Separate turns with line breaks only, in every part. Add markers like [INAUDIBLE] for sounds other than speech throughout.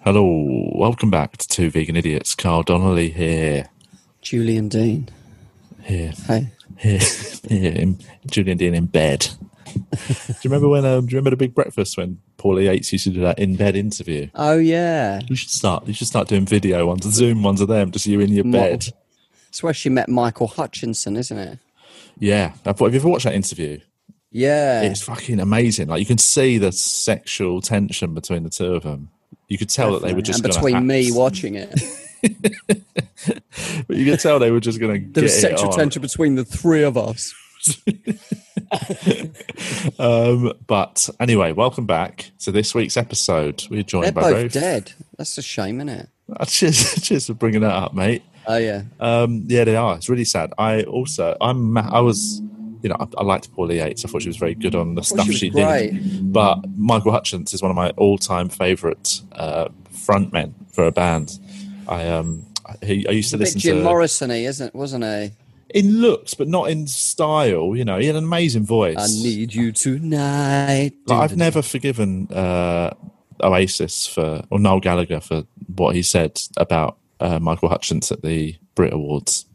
Hello, welcome back to Two Vegan Idiots. Carl Donnelly here,
Julian Dean.
here,
Hey.
here, here. In, Julian Dean in bed. [LAUGHS] do you remember when? Um, do you remember the Big Breakfast when Paulie Yates used to do that in bed interview?
Oh yeah.
You should start. You should start doing video ones, Zoom ones of them, just you in your
Model.
bed.
It's where she met Michael Hutchinson, isn't it?
Yeah, I've- have you ever watched that interview?
Yeah.
It's fucking amazing. Like you can see the sexual tension between the two of them. You could tell that they were just
and
gonna
between
act-
me watching it.
But [LAUGHS] you could tell they were just going to get
There was sexual
it on.
tension between the three of us.
Um, but anyway, welcome back to this week's episode. We're joined
They're
by
both
Ruth.
dead. That's a shame, isn't it?
Uh, [LAUGHS] Cheers, cheers for bringing that up, mate.
Oh yeah.
Um, yeah, they are. It's really sad. I also, I'm, ma- I was, you know, I, I liked Paulie Yates. I thought she was very good on the stuff
Oh, she was
she,
great.
did. But Michael Hutchins is one of my all-time favourite uh, frontmen for a band. I um, he, I used to
A bit
listen
Jim
to
Morrison y, isn't wasn't he?
in looks, but not in style. You know, he had an amazing voice.
I need you tonight.
Like, I've never forgiven uh, Oasis for or Noel Gallagher for what he said about uh, Michael Hutchence at the Brit Awards.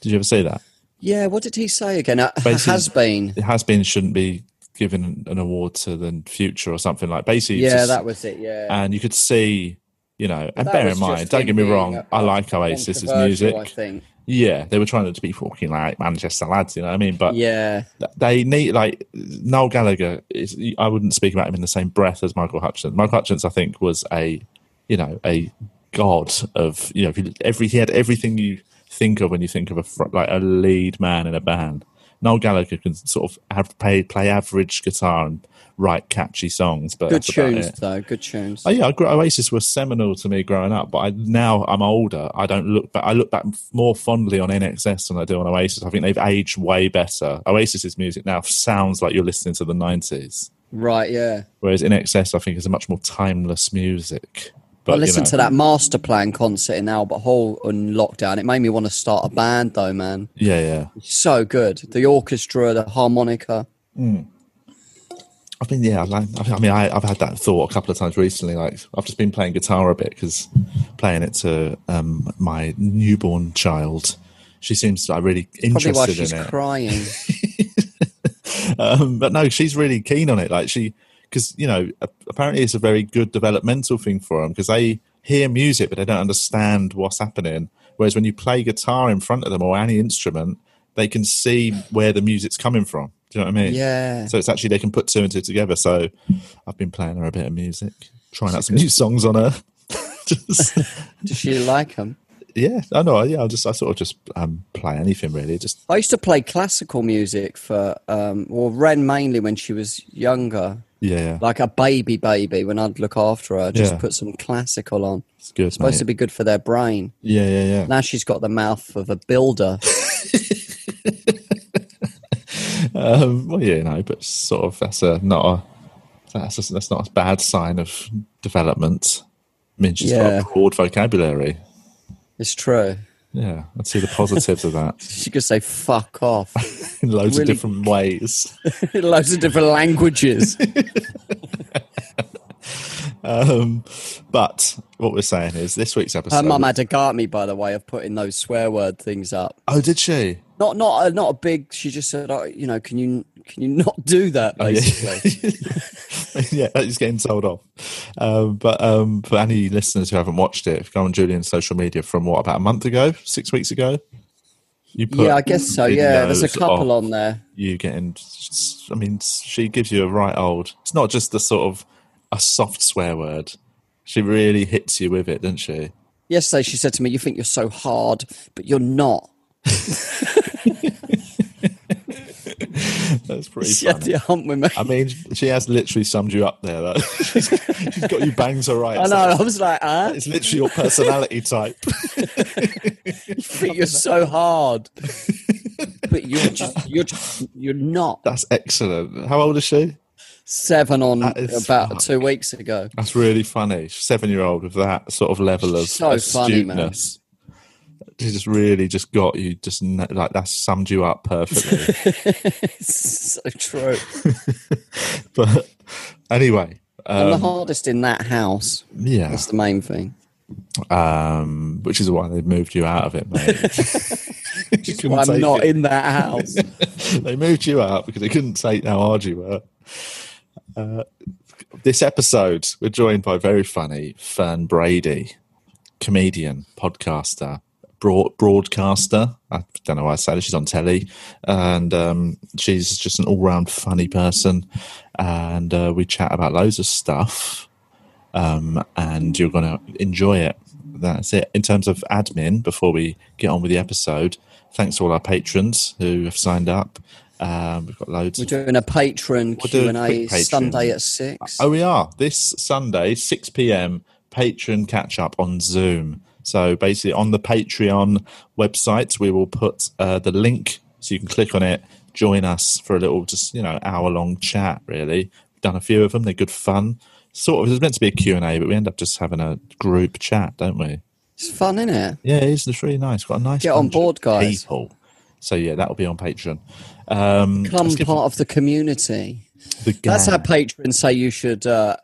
Did you ever see that?
Yeah, what did he say again? Uh,
Basically-
has been.
It has been shouldn't be given an award to the future or something like. Basically,
Yeah,
just-
that was it, yeah.
and you could see, you know, and
That
bear
was
in
just
mind, don't
him
get me
being
wrong,
a-
I like Oasis's
Controversial,
music.
I think.
Yeah, they were trying to be fucking like Manchester lads, you know what I mean? But
Yeah.
they need like Noel Gallagher. Is, I wouldn't speak about him in the same breath as Michael Hutchins. Michael Hutchins, I think, was a you know a god of you know if you- every he had everything you think of when you think of a fr- like a lead man in a band. Noel Gallagher can sort of have play play average guitar and write catchy songs, but
Good
that's about
tunes
it.
though, good tunes.
Oh, yeah, I grew, Oasis was seminal to me growing up, but I, now I'm older. I don't look back. I look back more fondly on NXS than I do on Oasis. I think they've aged way better. Oasis's music now sounds like you're listening to the 90s,
Right, yeah.
whereas NXS I think is a much more timeless music. But
I
you
listened
know,
to that master plan concert in Albert Hall in lockdown. It made me want to start a band, though, man.
Yeah, yeah.
So good. The orchestra, the harmonica.
I've been yeah. Like, I mean, I, I've had that thought a couple of times recently. Like, I've just been playing guitar a bit because playing it to um, my newborn child. She seems like really
Probably
interested
why
in
she's
it.
crying.
[LAUGHS] um, but no, she's really keen on it. Like she, because you know, a- apparently it's a very good developmental thing for them because they hear music but they don't understand what's happening. Whereas when you play guitar in front of them or any instrument, they can see where the music's coming from. Do you know what I mean?
Yeah.
So it's actually they can put two and two together. So I've been playing her a bit of music, trying
[LAUGHS]
out some new songs on her. [LAUGHS] Just-
Does she like them?
yeah, I know. Yeah, I just I sort of just um, play anything really. Just
I used to play classical music for, um, well, Ren mainly when she was younger,
yeah, yeah.
like a baby baby when I'd look after her. Just
Yeah.
put some classical on.
it's good.
Supposed to
mate.
be good for their brain.
yeah, yeah, yeah.
Now she's got the mouth of a builder.
Um, well, yeah, no, but sort of that's a not a that's a, that's not a bad sign of development. I mean, she's
Yeah.
got a broad vocabulary.
It's true.
Yeah, I'd see the positives of that
[LAUGHS] She could say fuck off [LAUGHS]
in loads
Really-
of different ways.
in loads of different languages.
Um, but what we're saying is this week's episode.
Her mum had to guard me, by the way, of putting those swear word things up.
oh, did she?
Not, not, a, not a big. She just said, oh, you know, can you, can you not do that?
Oh, yeah. [LAUGHS]
Basically,
yeah, he's getting told off. Um, but um, for any listeners who haven't watched it, if you go on Julian's social media from what about a month ago, six weeks ago, you
yeah, I guess so. Yeah, there's a
videos of-
couple on there.
you getting i mean she gives you a right old it's not just the sort of a soft swear word she really hits you with it doesn't she
Yesterday, she said to me, "You think you're so hard, but
[LAUGHS]
you're not."
that's pretty
She had
funny
to hunt with me. [LAUGHS]
i mean she has literally summed you up there though [LAUGHS] she's, she's got you banged to
I
rights [LAUGHS]
know. I was like, "Huh?
it's literally your personality type
You think you're
[LAUGHS]
so hard, but you're just, you're just, you're not."
that's excellent how old is she
Seven on
That is
about
fuck.
two weeks ago. [LAUGHS]
that's really funny seven year old with that sort of level of
So funny, man.
astuteness she just really just got you just kn- like that's summed you up perfectly
[LAUGHS] It's so true.
But anyway,
I'm the hardest in that house.
Yeah,
That's the main thing.
um, which is why they moved you out of it,
[LAUGHS]
mate. You couldn't
I'm
take
not
it.
in that house.
they moved you out because they couldn't take how hard you were. Uh, this episode, we're joined by very funny Fern Brady, comedian, podcaster, broad, broadcaster. I don't know why I say this. She's on telly, and um, she's just an all-round funny person. And uh, we chat about loads of stuff, um, and you're going to enjoy it. That's it. In terms of admin, before we get on with the episode, thanks to all our patrons who have signed up. Um, we've got loads.
[LAUGHS] We're
of-
doing a patron
We'll do
Q
a
and A
quick patron.
Sunday at six.
Oh, we are this Sunday, six PM, patron catch up on Zoom. So basically, on the Patreon website, we will put uh, the link so you can click on it, join us for a little, just you know, hour long chat. Really, we've done a few of them; they're good fun. Sort of, it was meant to be a Q and A, but we end up just having a group chat, don't we?
It's fun, isn't it?
Yeah, it is. It's really nice. Got a nice
Get on
bunch of
board, guys.
People. So yeah, that'll be on Patreon. Um,
Become
let's give
part of the community.
the
That's how
gang-
patrons say you should uh,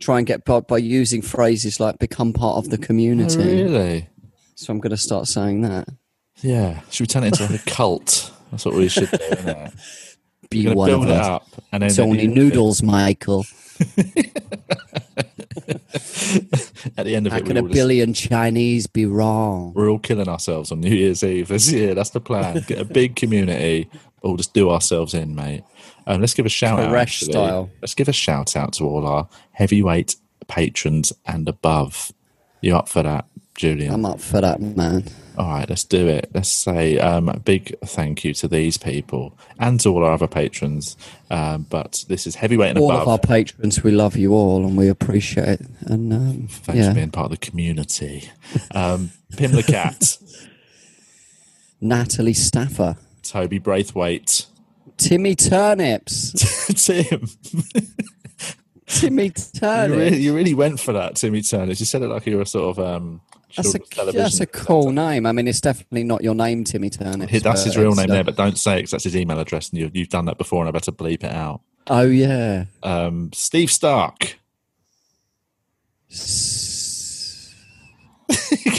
try and get by, by using phrases like "become part of the
Oh,
community."
really.
So I'm going to start saying that.
Yeah. Should we turn it into like a cult? That's what we should do, isn't it?
Be
We're gonna
one of
build it
us.
up and then
It's
at the
only
end-
noodles, Michael.
At the end of
How
it,
can
we're
a
all, just,
billion Chinese be wrong?
we're all killing ourselves on New Year's Eve [LAUGHS] this year. That's the plan. Get a big community. We'll just do ourselves in, mate. Um, let's give a shout out.
Koresh
actually.
style.
Let's give a shout out to all our heavyweight patrons and above. You up for that, Julian?
I'm up for that, man.
All right, let's do it. Let's say um, a big thank you to these people and to all our other patrons. Um, but this is heavyweight and
All
above.
of our patrons, we love you all and we appreciate it. And um,
Thanks for
yeah,
being part of the community. Um, Pim the
[LAUGHS]
Cat,
Natalie Staffer,
Toby Braithwaite, [LAUGHS]
Timmy Turnips,
Tim.
Timmy
You
Turnips.
really, you really went for that, Timmy Turner. You said it like you were sort of um,
That's a,
children's television.
that's a cool name. I mean, it's definitely not your name, Timmy Turnips.
He- That's
but
his real
it's,
name
uh,
there, but don't say it 'cause that's his email address, and you, you've done that before, and I better bleep it out. [LAUGHS]
Oh, yeah.
Um, Steve Stark.
S-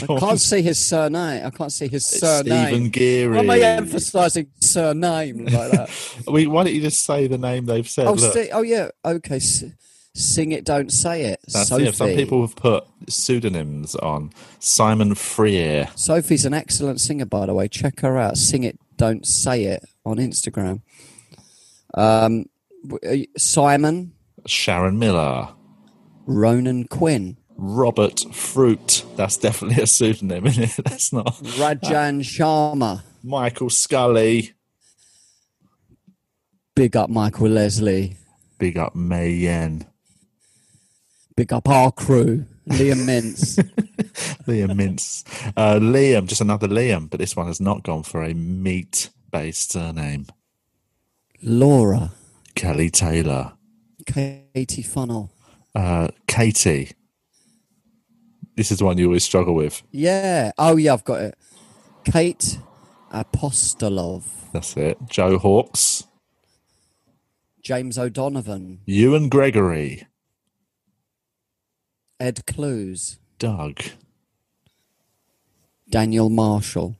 Go
I
on.
can't see his surname. I can't see his
Stephen
surname.
Geary.
Why am I emphasizing surname like
[LAUGHS]
that?
We- why don't you just say the name they've said?
oh,
Look,
Ste oh, yeah. Okay. S- sing it, don't say it.
that's
Sophie.
it. Some people have put pseudonyms on Simon Freer.
Sophie's an excellent singer, by the way. Check her out. Sing it, don't say it on Instagram. Um, w- uh, Simon,
Sharon Miller,
Ronan Quinn,
Robert Fruit. That's definitely a pseudonym, isn't it? [LAUGHS] That's not
Rajan Sharma.
Michael Scully.
Big up Michael Leslie.
Big up Mayen.
Big up our crew. Liam Mintz.
[LAUGHS] Liam Mintz. Uh, Liam, just another Liam, but this one has not gone for a meat based surname.
Laura.
Kelly Taylor.
Katie Funnel.
Uh, Katie. This is the one you always struggle with.
Yeah. Oh, yeah, I've got it. Kate Apostolov.
That's it. Joe Hawks.
James O'Donovan.
Ewan Gregory.
Ed Clues.
Doug.
Daniel Marshall.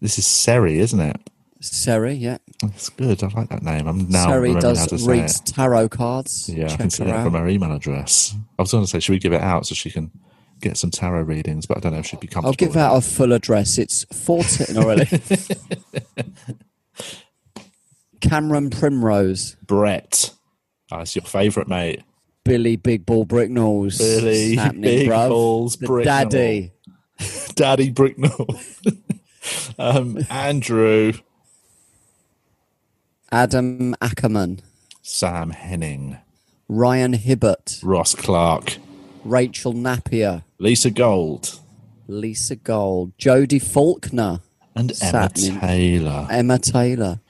This is Seri, isn't it?
Seri, yeah.
That's good. I like that name. I'm now
Sari
remembering how to
does
say it.
reads tarot cards.
Yeah, I can
Check
see
her
that from
out.
her email address. I was going to say, should we give it out so she can get some tarot readings? But I don't know if she'd be comfortable.
I'll give
with
out a full address. It's 14. No,
[LAUGHS]
really. Cameron Primrose.
it. Brett. Oh, it's your favourite, mate.
Billy Big Ball Bricknalls.
Billy
It's happening,
Big
bruv.
Balls
The
Bricknall.
Daddy.
Daddy Bricknell. [LAUGHS] um, Andrew.
Adam Ackerman.
Sam Henning.
Ryan Hibbert.
Ross Clark.
Rachel Napier.
Lisa Gold.
Lisa Gold. Jodie Faulkner.
And Emma
Satnin.
Taylor.
Emma Taylor.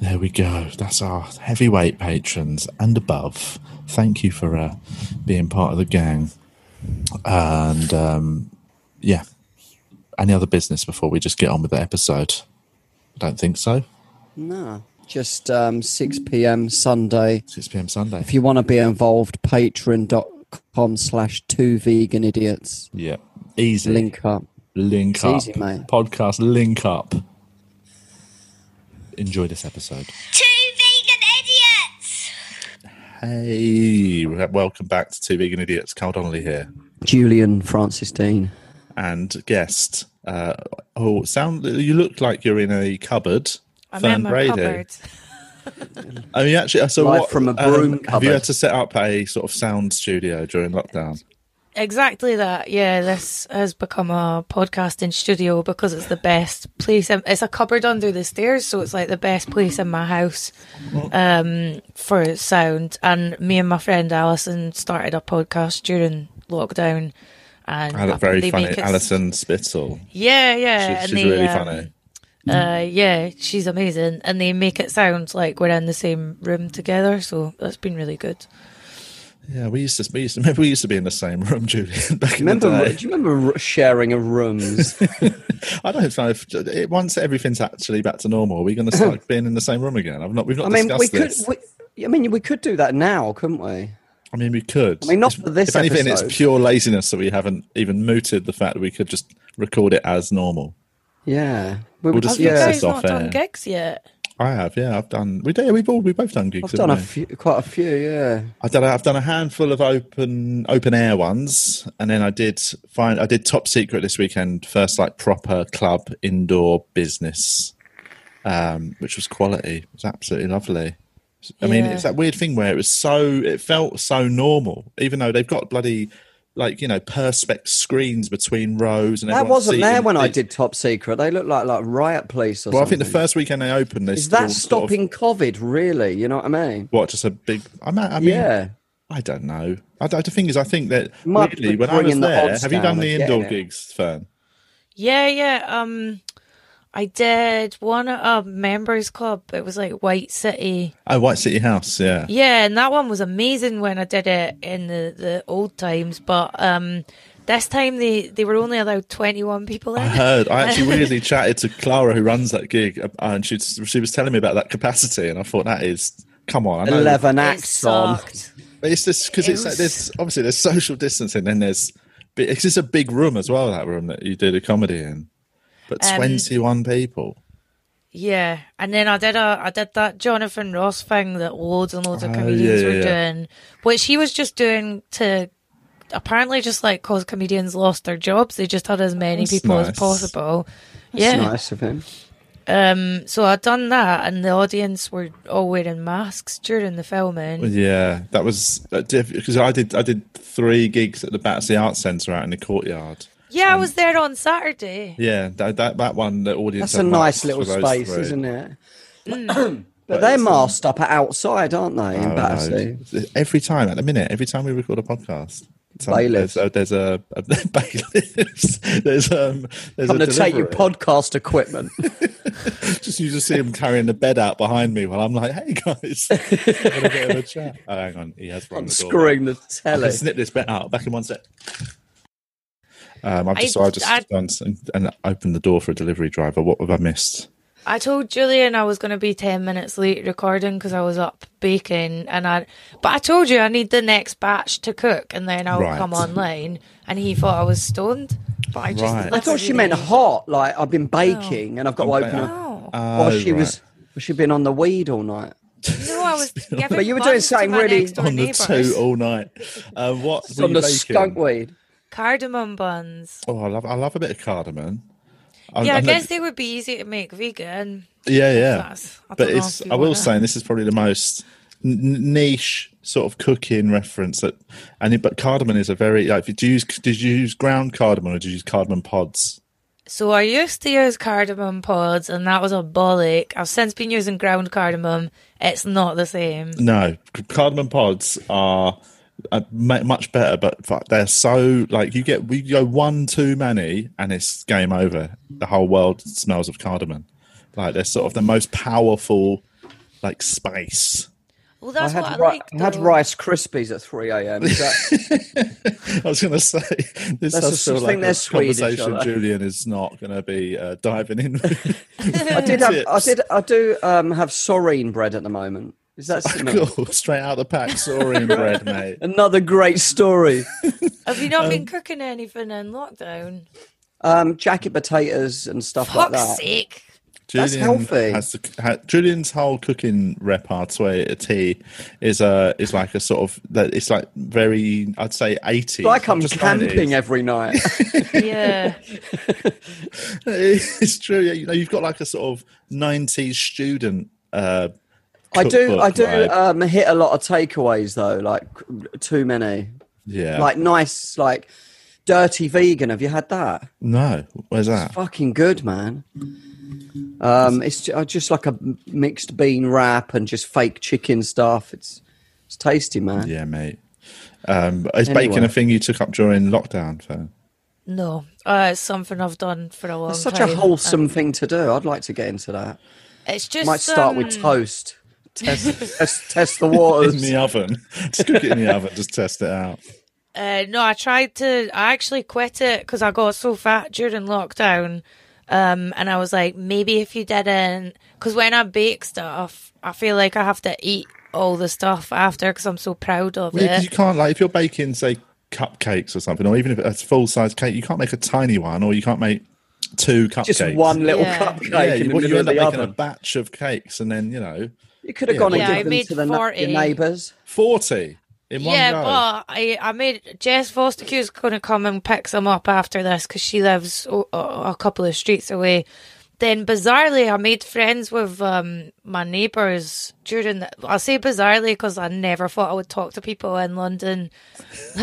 There we go. That's our heavyweight patrons and above. Thank you for uh, being part of the gang. And um, yeah, any other business before we just get on with the episode? I don't think so.
No.
just um, 6 p.m. Sunday.
6 p.m. Sunday.
If you want to be involved, patreon.com slash two vegan idiots.
Yeah, easy.
Link up.
link up.
easy, mate.
Podcast link up. Enjoy this episode.
Two vegan idiots!
Hey, welcome back to Two Vegan Idiots. Carl Donnelly here,
Julian Francis Dean.
and guest. Uh, oh, sound! You look like you're in a cupboard.
I'm
Fern
in my
Brady.
cupboard.
I mean, actually, so
Live
what, um,
from a broom
Have you
cupboard.
had to set up a sort of sound studio during lockdown?
Exactly that. Yeah, this has become a podcasting studio because it's the best place. um, It's a cupboard under the stairs, so it's like the best place in my house um, for sound. And me and my friend Alison started a podcast during lockdown. And
Ale- very
they
funny.
make it-
Alison Spittle.
Yeah, yeah.
She,
and
she's
they,
really
um,
funny.
Uh, yeah, she's amazing, and they make it sound like we're in the same room together. So that's been really good.
Yeah, we used to. We used to. [LAUGHS] Remember, we used to be in the same room, Julian. Back in the
Remember,
day.
do you remember r- sharing of
[LAUGHS]
rooms?
I don't know if it, once everything's actually back to normal, are we going
[LAUGHS]
to start being in the same room again? I've not. We've not
I mean, we
discussed
could.
this.
We, I mean, we could do that now, couldn't we?
I mean, we could.
I mean, not for this
If anything,
episode.
it's pure laziness that we haven't even mooted the fact that we could just record it as normal.
Yeah, we would
We'll
just.
discuss
Yeah,
this
Guys, not
off air.
done gigs yet.
I have, yeah. I've done. We do. We've all. We both done gigs.
I've done a
haven't we?
few, quite a few. Yeah,
I've done. A, I've done a handful of open open air ones, and then I did find. I did top secret this weekend. First, like proper club indoor business, um, which was quality. It was absolutely lovely. I mean,
Yeah.
it's that weird thing where it was so. It felt so normal, even though they've got bloody. Like you know, perspex screens between rows, and
that
everyone's
wasn't
seated-
there when I
it-
did Top Secret. They look like like riot police or
Well, I
something.
think the first weekend they opened, they
is
still
that
sort of-
stopping COVID really? You know what I mean?
what just a big. I mean, I mean
Yeah.
I don't know. I, don't- the thing is, I think that
Might be
weirdly, when I was
bringing the
there,
odds
have you done
down eh?
the
and
indoor
getting it.
gigs, Fern?
Yeah, yeah. Um, I did one at a members club. It was like White City.
Oh, White City House, yeah.
Yeah, and that one was amazing when I did it in the, the old times. But um, this time they they were only allowed twenty one people
I
in.
heard. I
[LAUGHS]
actually weirdly chatted to Clara, who runs that gig, uh, and she she was telling me about that capacity, and I thought that is come on. I know-
Eleven
It
acts on.
sucked.
But it's just because
It
it's like
was-
there's obviously there's social distancing, and there's but it's just a big room as well. That room that you did a comedy in, but
Um,
twenty one people.
Yeah, and then I did a I did that Jonathan Ross thing that loads and loads
Oh,
of
yeah,
comedians
yeah,
were
yeah.
doing, which he was just doing to apparently just like cause comedians lost their jobs. They just had as many
That's
people
nice.
as possible.
It's
yeah,
nice of him.
um, so I'd done that, and the audience were all wearing masks during the filming.
Yeah, that was because I did I did three gigs at the Battersea Arts Centre out in the courtyard.
Yeah, I was there on Saturday.
Yeah, that that, that one, the audience.
That's a nice little space, isn't it?
Mm.
[CLEARS THROAT] but they're masked up outside, aren't they? In Battersea.
Every time, at the minute, every time we record a podcast, some-
Bailiffs.
There's, a- there's a, a [LAUGHS] bailiffs. There's um. There's
I'm
a
going to take your
deliverer.
podcast
[LAUGHS]
equipment.
Just you just see him carrying the bed out behind me while I'm like,
[LAUGHS]
"Hey guys, Had a bit of a chat." Oh, hang on, he has rung the doorbell.
unscrewing the
I [LAUGHS]
telly.
can snip this bit out. Back in one sec. Um, I've
I-
just, so I've just
I-
gone and, and opened the door for a delivery driver. What have I missed?
I told Julian I was going to be 10 minutes late recording because I was up baking and I but I told you I need the next batch to cook and then I'll
Right.
come online and he thought I was stoned but I just
Right.
I thought she meant hot, like I've
Oh.
been baking and I've got to open a.
no
Oh,
Or she
right.
was, or she'd been on the weed all night.
no
[LAUGHS]
I was giving
But you were
buns
doing
to
something
my
really-
next-door
on the
neighbours.
two all night. Um, what were
on
you
the
baking?
skunk weed.
cardamom buns
Oh, I love I love a bit of cardamom. I'm-
yeah I
I'm not-
guess they would be easy to make vegan
yeah, yeah.
That's- I
but
don't know
it's
if you
I will
wanna-
say, and this is probably the most n- niche sort of cooking reference that. And it, but cardamom is a very like. Did you use did you use ground cardamom or did you use cardamom pods?
So I used to use cardamom pods, and that was a bollock. I've since been using ground cardamom. It's not the same.
No, c- cardamom pods are uh, mu- much better, but fu- they're so like you get we go one too many, and it's game over. The whole world smells of cardamom. Like they're sort of the most powerful, like spice.
Well, that's
I had,
what I
ri-
like.
I had Rice Krispies at 3 a.m.
[LAUGHS]
Is that-
I was going to say this
That's
does
just-
feel
I think
like
they're
a
Swedish, aren't
conversation.
they?
Julian is not going to be uh, diving in.
[LAUGHS] I
[LAUGHS]
did have, I
Tips.
did, I do um, have sorine bread at the moment.
[LAUGHS]
Is
Oh,
that similar?
cool, straight out the pack, sorry, bread, mate.
Another great story.
Have you not been cooking anything in lockdown?
Um, jacket potatoes and stuff like
Fuck's
that.
sake!
That's healthy.
Has the, ha, Julian's whole cooking repartee is a is like a sort of that it's like very I'd say eighty.
Like I'm camping every night.
Yeah,
[LAUGHS]
[LAUGHS]
It's true. Yeah, you know, you've got like a sort of nineties student. Uh,
I do, I
cookbook
do
vibe.
um, hit a lot of takeaways though, like too many.
yeah,
Like nice, like dirty vegan. Have you had that?
no. Where's that?
Fucking good, man. Um, it's ju- uh, just like a mixed bean wrap and just fake chicken stuff. It's it's tasty, man.
Yeah, mate. Um, is baking
Anyway.
a thing you took up during lockdown? Fern?
no, uh, it's something I've done for a long
It's such
time.
a wholesome thing to do. I'd like to get into that.
It's just
Might start with
um,
toast. Test,
[LAUGHS]
test, test the
in
waters.
the oven. [LAUGHS] Just cook it in the oven. Just test it
[LAUGHS]
out.
Uh, no, I tried to. I actually quit it because I got so fat during lockdown, um, and I was like, maybe if you didn't, because when I bake stuff, I feel like I have to eat all the stuff after because I'm so proud of
Well, yeah, 'cause you
it.
can't like if you're baking, say, cupcakes or something, or even if it's full size cake, you can't make a tiny one, or you can't make two cupcakes.
[LAUGHS] Just one little
Yeah.
cupcake
Yeah,
in the
what, you
middle
end
of
up
the
making
oven.
a batch of cakes, and then you know,
You could have gone and
Yeah, I
given them
made
to the na-
40.
your neighbours.
forty in one
Yeah,
go.
but I, I made Jess Fostercue's going to come and pick some up after this because she lives o- o- a couple of streets away. Then bizarrely, I made friends with um, my neighbours during. The, I say bizarrely because I never thought I would talk to people in London [LAUGHS]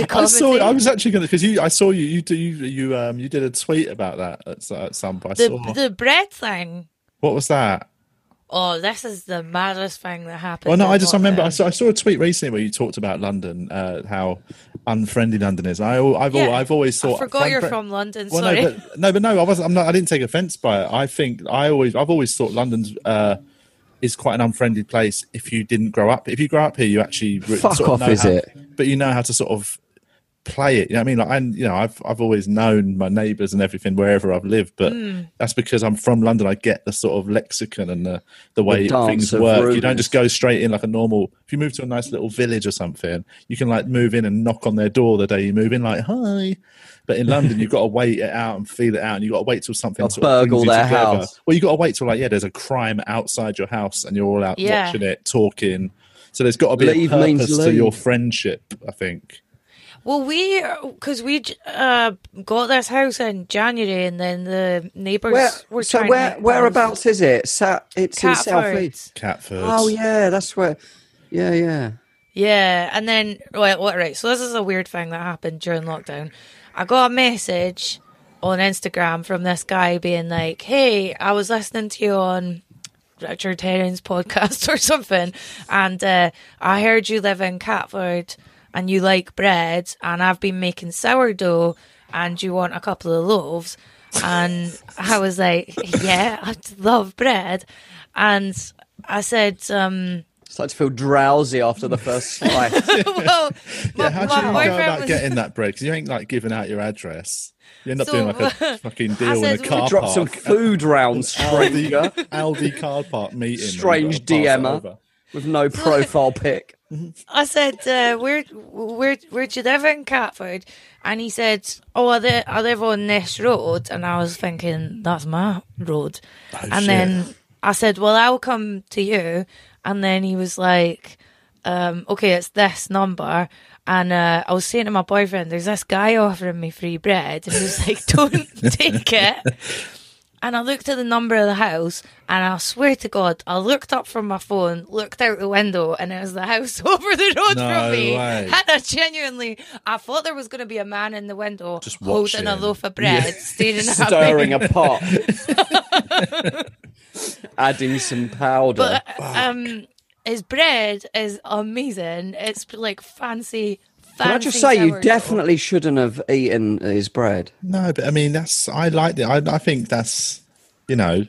[LAUGHS]
of
I
comedy.
saw. I was actually going to because you. I saw you. You do. You, you um. You did a tweet about that at, s- at some point. I
the
saw-
the bread thing.
what was that?
Oh, this is the maddest thing that happened.
Well, no,
in
I just I remember I
lockdown.
saw, I saw a tweet recently where you talked about London, uh, how unfriendly London is. I, al- I've, al-
Yeah.
"Oh, I've always
I
thought.
forgot you're
unfri-
from London.
Well,
sorry.
no, but no, but no, I wasn't. I'm not. I didn't take offence by it. I think I always, I've always thought London's uh, is quite an unfriendly place. If you didn't grow up, if you grow up here, you actually re-
Fuck
sort of
off,
know
is
how-
it?
But you know how to sort of play it. You know what I mean? Like, and you know, I've I've always known my neighbours and everything wherever I've lived. But
Hmm.
that's because I'm from London. I get the sort of lexicon and the the way
dance
things
of
work. You
rudeness.
don't just go straight in like a normal. If you move to a nice little village or something, you can like move in and knock on their door the day you move in, like hi. But in London, you've got to wait it out and feel it out, and you've got to wait till something
Gotta
sort of brings
burgle
you
their
together.
house.
Well, you've got to wait till like yeah, there's a crime outside your house, and you're all out
Yeah.
watching it, talking. So there's got to be
Leave
a
means
purpose to your
leave.
friendship, I think.
Well, we because we j- uh, got this house in January, and then the neighbours
Where,
were
so
trying.
where
to
whereabouts is it? Sa- it's in South
Catford.
East.
Catford.
Oh yeah, that's where. Yeah, yeah.
Yeah, and then right, what right? So this is a weird thing that happened during lockdown. I got a message on Instagram from this guy being like, "Hey, I was listening to you on Richard Herring's podcast [LAUGHS] or something, and uh, I heard you live in Catford and you like bread, and I've been making sourdough, and you want a couple of loaves." And I was like, "Yeah, [LAUGHS] I love bread," and I said, um,
It's like to feel drowsy after the first [LAUGHS] slice.
[LAUGHS] "Well, my,
Yeah, how do
my
you go
boyfriend
about
was [LAUGHS]
getting that bread? Because you ain't like giving out your address. You end up
So,
doing like
[LAUGHS]
a fucking deal in a
said,
car
Drop some
park.
food round, stranger,
Aldi, Aldi car park meeting. and
Strange
you've got to pass
DMer.
it over.
with [LAUGHS] no profile pic. [LAUGHS]
I said, uh, where, where, where'd you live in Catford? And he said, oh, I, li- I live on this road. And I was thinking, that's my road. and
Oh, shit.
then I said, well, I'll come to you. And then he was like, um, okay, it's this number. And uh, I was saying to my boyfriend, there's this guy offering me free bread. And he was like, [LAUGHS] don't take it. And I looked at the number of the house, and I swear to God, I looked up from my phone, looked out the window, and it was the house [LAUGHS] over the road
No
from me.
way.
And I genuinely, I thought there was going to be a man in the window
Just
holding a
watching.
loaf of bread,
[LAUGHS]
staring at me.
stirring a [LAUGHS] pot, adding some powder.
But um, his bread is amazing. It's like fancy. fancy
Can I just say, you
sourdough.
definitely shouldn't have eaten his bread.
No, but I mean that's I like it. I, I think that's you know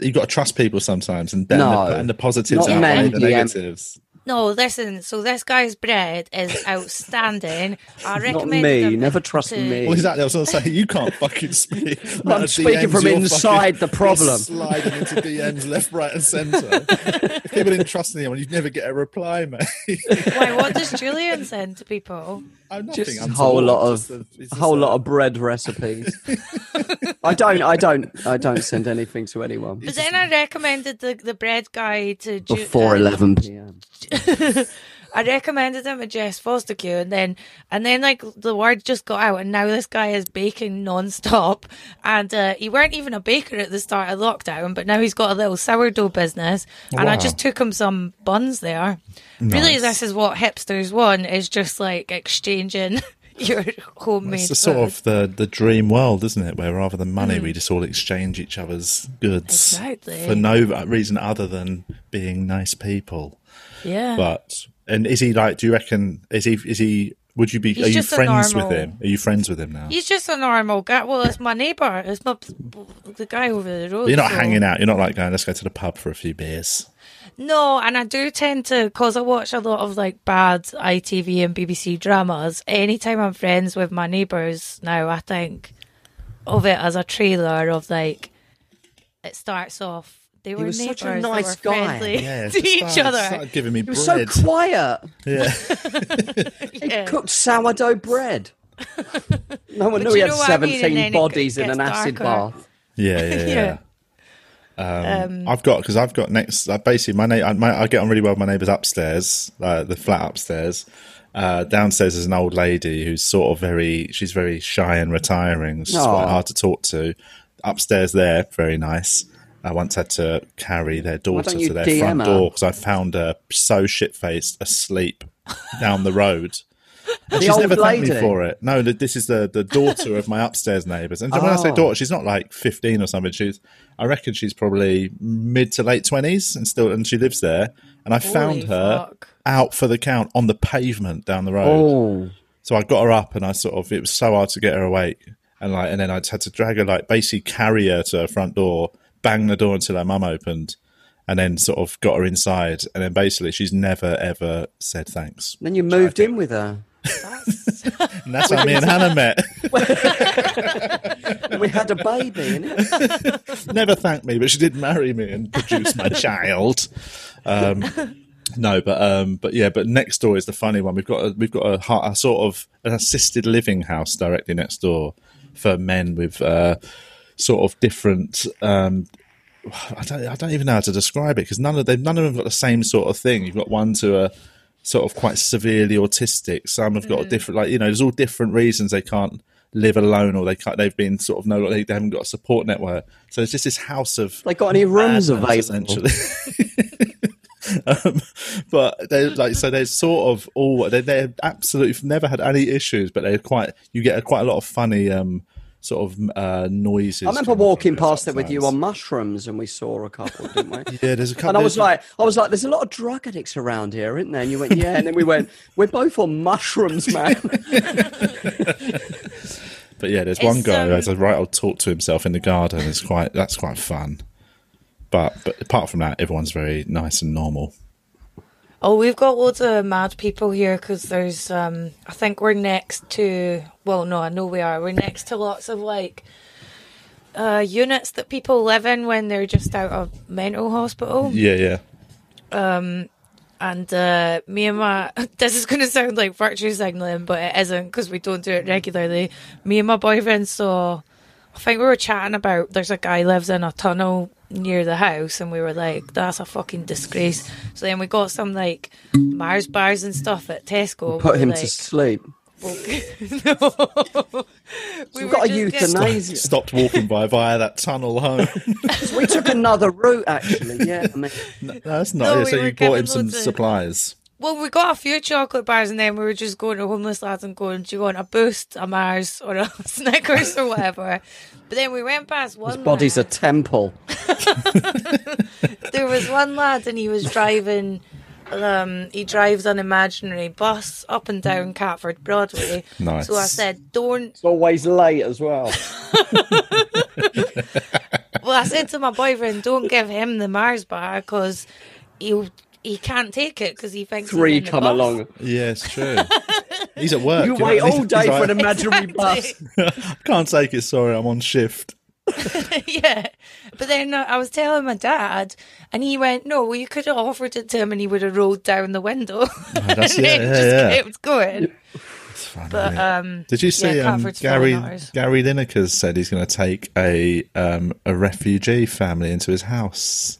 you've got to trust people sometimes and then
No.
the, and the positives
Not
outweigh
men,
the
DM.
negatives.
No, listen. So this guy's bread
[LAUGHS]
is outstanding. I
Not
recommend
me.
them
Never trust
to-
me.
Well, exactly. I was going to say you
[LAUGHS]
can't fucking speak.
Well, I'm
Like,
speaking
DMs,
from
you're
inside
[LAUGHS]
the problem.
you're Sliding into DMs left, right, and
[LAUGHS]
centre. if people didn't trust anyone, you'd never get a reply, mate.
[LAUGHS]
[LAUGHS]
Why? What does Julian send
[LAUGHS]
to people?
I'm nothing
Just a
untoward,
whole lot of
just it's
a
just
whole lot of bread [LAUGHS] recipes. I don't. I don't. I don't send anything to anyone
But then I recommended the the bread guy to Ju-
before
uh,
eleven p.m.
I recommended him to Jess Fostercue, and then and then like the word just got out, and now this guy is baking non-stop. And uh, he weren't even a baker at the start of lockdown, but now he's got a little sourdough business. And I
Wow.
just took him some buns there. Really,
Nice.
this is what hipsters want: is just like exchanging [LAUGHS] your homemade.
It's the sort
food.
of the, the dream world, isn't it? Where rather than money, we just all exchange each other's goods
Mm. Exactly.
for no uh, reason other than being nice people.
yeah.
But and is he like? Do you reckon? Is he? Is he? Would you be?
He's
are you
just a
friends with
normal-
him? Are you friends with him now?
He's just a normal guy. Well, it's my neighbour. It's my the guy over the road.
You're not
so-
hanging out. You're not like going. Let's go to the pub for a few beers.
No, and I do tend to, because I watch a lot of like bad ITV and BBC dramas, anytime I'm friends with my neighbours now, I think of it as a trailer of like, it starts off. They were
was
neighbours.
such a
they
nice
were
guy.
[LAUGHS] friendly
Yeah,
[LAUGHS] to
just
each
started-
other.
started giving me
It was so
bread.
quiet.
[LAUGHS]
yeah.
Yeah.
Cooked sourdough bread. No one
But
knew he
you
had
know what I mean, and
seventeen
then it
bodies in
gets
an acid
darker.
bath. [LAUGHS]
Yeah, yeah, yeah.
Yeah.
Um, I've got because I've got next. I basically, my, na- I- my I get on really well with my neighbours upstairs, uh, the flat upstairs. Uh, downstairs is an old lady who's sort of very, she's very shy and retiring. She's quite
Aw.
hard to talk to. Upstairs, there, very nice. I once had to carry their daughter
don't you
to their
DM
front
her?
door because I found her so shit faced asleep down the road. And
The
she's
old
never thanked me
lady?
for it. No, th- this is the, the daughter of my upstairs neighbours. And when I say
Oh.
daughter, she's not like fifteen or something. She's I reckon she's probably mid to late twenties and still and she lives there. And I found her
fuck.
out for the count on the pavement down the road.
Oh,
So I got her up and I sort of it was so hard to get her awake and like and then I just had to drag her like basically carry her to her front door, bang the door until her mum opened, and then sort of got her inside and then basically she's never ever said thanks.
then you moved in with her.
And that's how me and Hannah
[LAUGHS]
met.
And we had a baby.
[LAUGHS]
innit?
never thanked me, but she did marry me and produce my child. Um, no, but um, but yeah, but next door is the funny one. We've got a, we've got a, hu- a sort of an assisted living house directly next door for men with uh, sort of different. Um, I don't I don't even know how to describe it because none of them none of them have got the same sort of thing. You've got one to a sort of quite severely autistic. Some have got a different like you know. There's all different reasons they can't live alone or they can't, they've been sort of no they, they haven't got a support network. So it's just this house of
They got any rooms
madness,
available?
essentially. [LAUGHS] um, but they like so they're sort of all they they've absolutely never had any issues, but they're quite you get quite a lot of funny um sort of uh noises.
I remember walking past there with you on mushrooms, and we saw a couple, didn't we?
[LAUGHS] Yeah, there's a couple
And I was
there's-
like, I was like, there's a lot of drug addicts around here, isn't there? And you went, yeah. And then we went, we're both on
[LAUGHS]
mushrooms, man.
But yeah, there's one
It's,
guy who
um,
has a right old talk to himself in the garden. It's quite that's quite fun. But but apart from that, everyone's very nice and normal.
[LAUGHS] Oh, we've got loads of mad people here because there's, um, I think we're next to, well, no, I know we are. We're next to lots of like uh, units that people live in when they're just out of mental hospital.
Yeah, yeah.
And uh, me and my, [LAUGHS] this is going to sound like virtue signaling, but it isn't because we don't do it regularly. Me and my boyfriend saw, I think we were chatting about there's a guy lives in a tunnel near the house, and we were like, that's a fucking disgrace. So then we got some like Mars bars and stuff at Tesco.
Put
We
him
like,
to sleep.
[LAUGHS] no. we
We've got a
were just getting-
euthanasia.
Stopped walking by via that tunnel
[LAUGHS]
home.
we took another route, actually. Yeah, I mean,
no, that's not.
No,
yeah,
we
so
were
you bought him
given
some
loads of-
supplies.
Well, we got a few chocolate bars, and then we were just going to homeless lads and going, "Do you want a Boost, a Mars, or a [LAUGHS] Snickers, or whatever?" But then we went past one.
his body's a
lad.
temple.
there was one lad, and he was driving. Um, he drives an imaginary bus up and
Mm.
down Catford
[LAUGHS]
Broadway.
Nice.
So I said, "Don't."
It's always late
[LAUGHS]
as well.
Well, I said to my boyfriend, "Don't give him the Mars bar because he'll he can't take it because he thinks he's
Three
in the
come
bus. [LAUGHS]
along.
Yeah, it's true. He's at work.
You
know
wait
what I mean?
all day
He's
for
like,
an [LAUGHS] imaginary bus.
Exactly.
I can't take it. Sorry, I'm on shift.
[LAUGHS] yeah. But then uh, I was telling my dad, and he went, "No, well, you could have offered it to him, and he would have rolled down the window."
that's- [LAUGHS]
and
yeah,
then
yeah,
just
yeah.
kept going.
It's funny,
But
isn't it?
um,
Did you see
yeah,
um,
Catford's
Gary
fallen ours.
Gary Lineker said he's going to take a um, a refugee family into his house.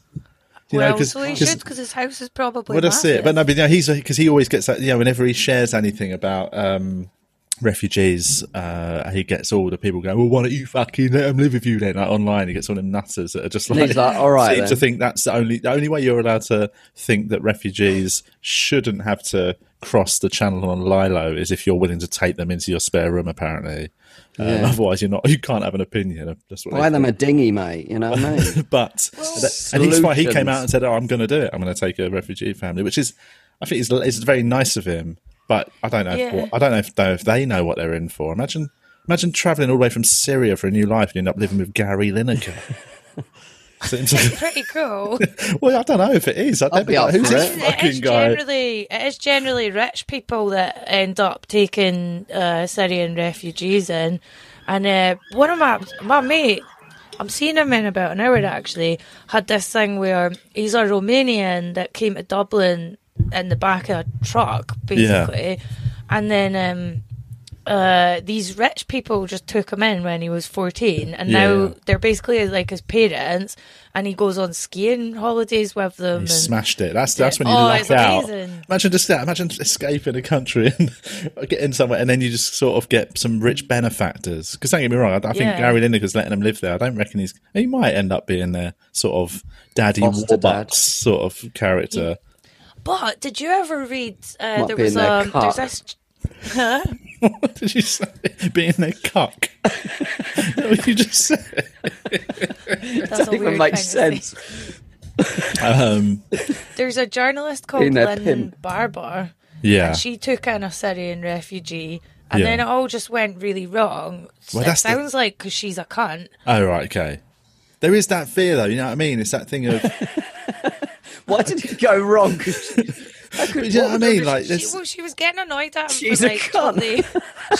You know,
well,
'cause-
so he
'cause-
should because his house is probably.
well, that's it.
massive.
But no, but you know, he's because he always gets that. You know, whenever he shares anything about um, refugees, uh, he gets all the people going, "Well, why don't you fucking let them live with you then?" Like online, he gets all them nutters that are just
And
like,
he's like, "All right
seem to
then."
think that's the only the only way you're allowed to think that refugees shouldn't have to cross the channel on Lilo is if you're willing to take them into your spare room. Apparently, um,
Yeah.
otherwise you're not. You can't have an opinion. That's what.
Buy
they
them a dinghy, mate. You know what [LAUGHS] I mean?
[LAUGHS] but that- and he's why he came
solutions.
out and said, "Oh, I'm going to do it. I'm going to take a refugee family," which is, I think, is it's very nice of him. But I don't know. If,
Yeah.
I don't know if, know if they know what they're in for. Imagine, imagine traveling all the way from Syria for a new life and you end up living with Gary
[LAUGHS]
Lineker. Seems like-
pretty
[LAUGHS]
cool.
well, I don't know if it is. I don't
be
know
up
who's
for
this
it.
it is
fucking guy.
generally it is generally rich people that end up taking uh, Syrian refugees in, and uh, one of my my mate, I'm seeing him in about an hour actually, had this thing where he's a Romanian that came to Dublin in the back of a truck basically, and then. um uh, these rich people just took him in when he was 14 and
Yeah.
now they're basically like his parents and he goes on skiing holidays with
He
them and
smashed it. That's that's when you
Oh,
luck
it's
out.
amazing.
Imagine just that. Imagine escaping a country and [LAUGHS] getting somewhere, and then you just sort of get some rich benefactors. Because don't get me wrong, I, I think
Yeah.
Gary Lineker's letting them live there. I don't reckon he's. He might end up being their sort of daddy
Foster
Warbucks
dad.
sort of character.
But did you ever read? Uh,
Might
there
be
was
in their
um,
cock.
there's this.
[LAUGHS]
[LAUGHS]
What did you say? [LAUGHS] Being their cuck. [LAUGHS] Is that what you just said.
That's a
Doesn't even
weird
make
thing to say.
sense.
Um,
There's a journalist called
In their
Lynn
pimp.
Barber.
yeah.
She took in a Syrian refugee, and
Yeah.
then it all just went really wrong.
Well,
it
that's the-
sounds like 'cause she's a cunt.
Oh right. Okay. There is that fear, though. You know what I mean? It's that thing of.
Why did it go [LAUGHS] wrong?
but you know what I mean? Like
she,
Uh, this.
well, she was getting annoyed at him.
She's
for,
a
like,
cunt. [LAUGHS]
totally-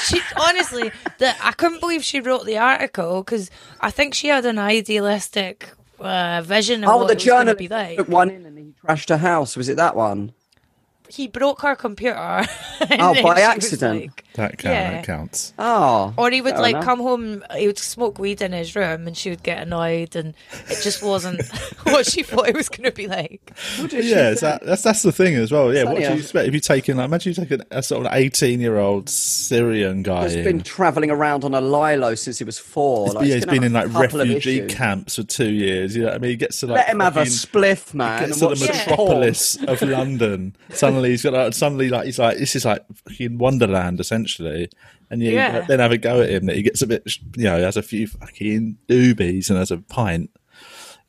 she honestly, the, I couldn't believe she wrote the article because I think she had an idealistic uh, vision of
Oh,
what
the
it was going to
journalist
be like.
took one in and he trashed a house. Was it that one?
He broke her computer. [LAUGHS] and
Oh, by
then she was
accident.
like- [LAUGHS]
That count,
Yeah.
that counts.
Oh,
Or he would
fair
like
enough.
come home. He would smoke weed in his room, and she would get annoyed, and it just wasn't [LAUGHS] what she thought it was going to be like.
yeah, it's that, that's that's the thing as well. Yeah, what do
yeah.
you expect if you take in like imagine you take an- a sort of eighteen-year-old Syrian guy?
He's
in.
been travelling around on a Lilo since he was four. Like,
yeah, he's
gonna
been in
have
like
a couple of
refugee
issues.
camps for two years. You know what I mean? He gets to like
Let him have a
fucking-
spliff, man.
Gets
And
to the
watch
Yeah.
metropolis of London. Suddenly he's got like, suddenly like he's like this is like fucking Wonderland essentially. And you
Yeah.
then have a go at him that he gets a bit, you know, has a few fucking doobies and has a pint.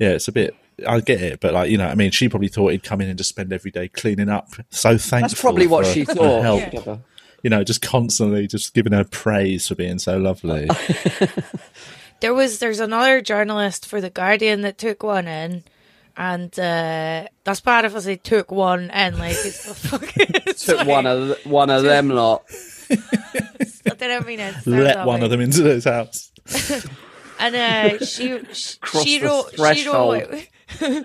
Yeah, it's a bit. I get it, but like you know, what I mean, she probably thought he'd come in and just spend every day cleaning up. So thankful.
That's probably what
for-
she
for
thought.
help you know, just constantly just giving her praise for being so lovely.
There was there's another journalist for the Guardian that took one in, and uh, that's bad if I say took one in. Like it's a [LAUGHS] fucking
Took
sorry,
one of one of them lot.
I didn't mean it. to sound
Let
that
one
way.
of them into this house.
and uh, she
[LAUGHS]
she, she
the
wrote she wrote what,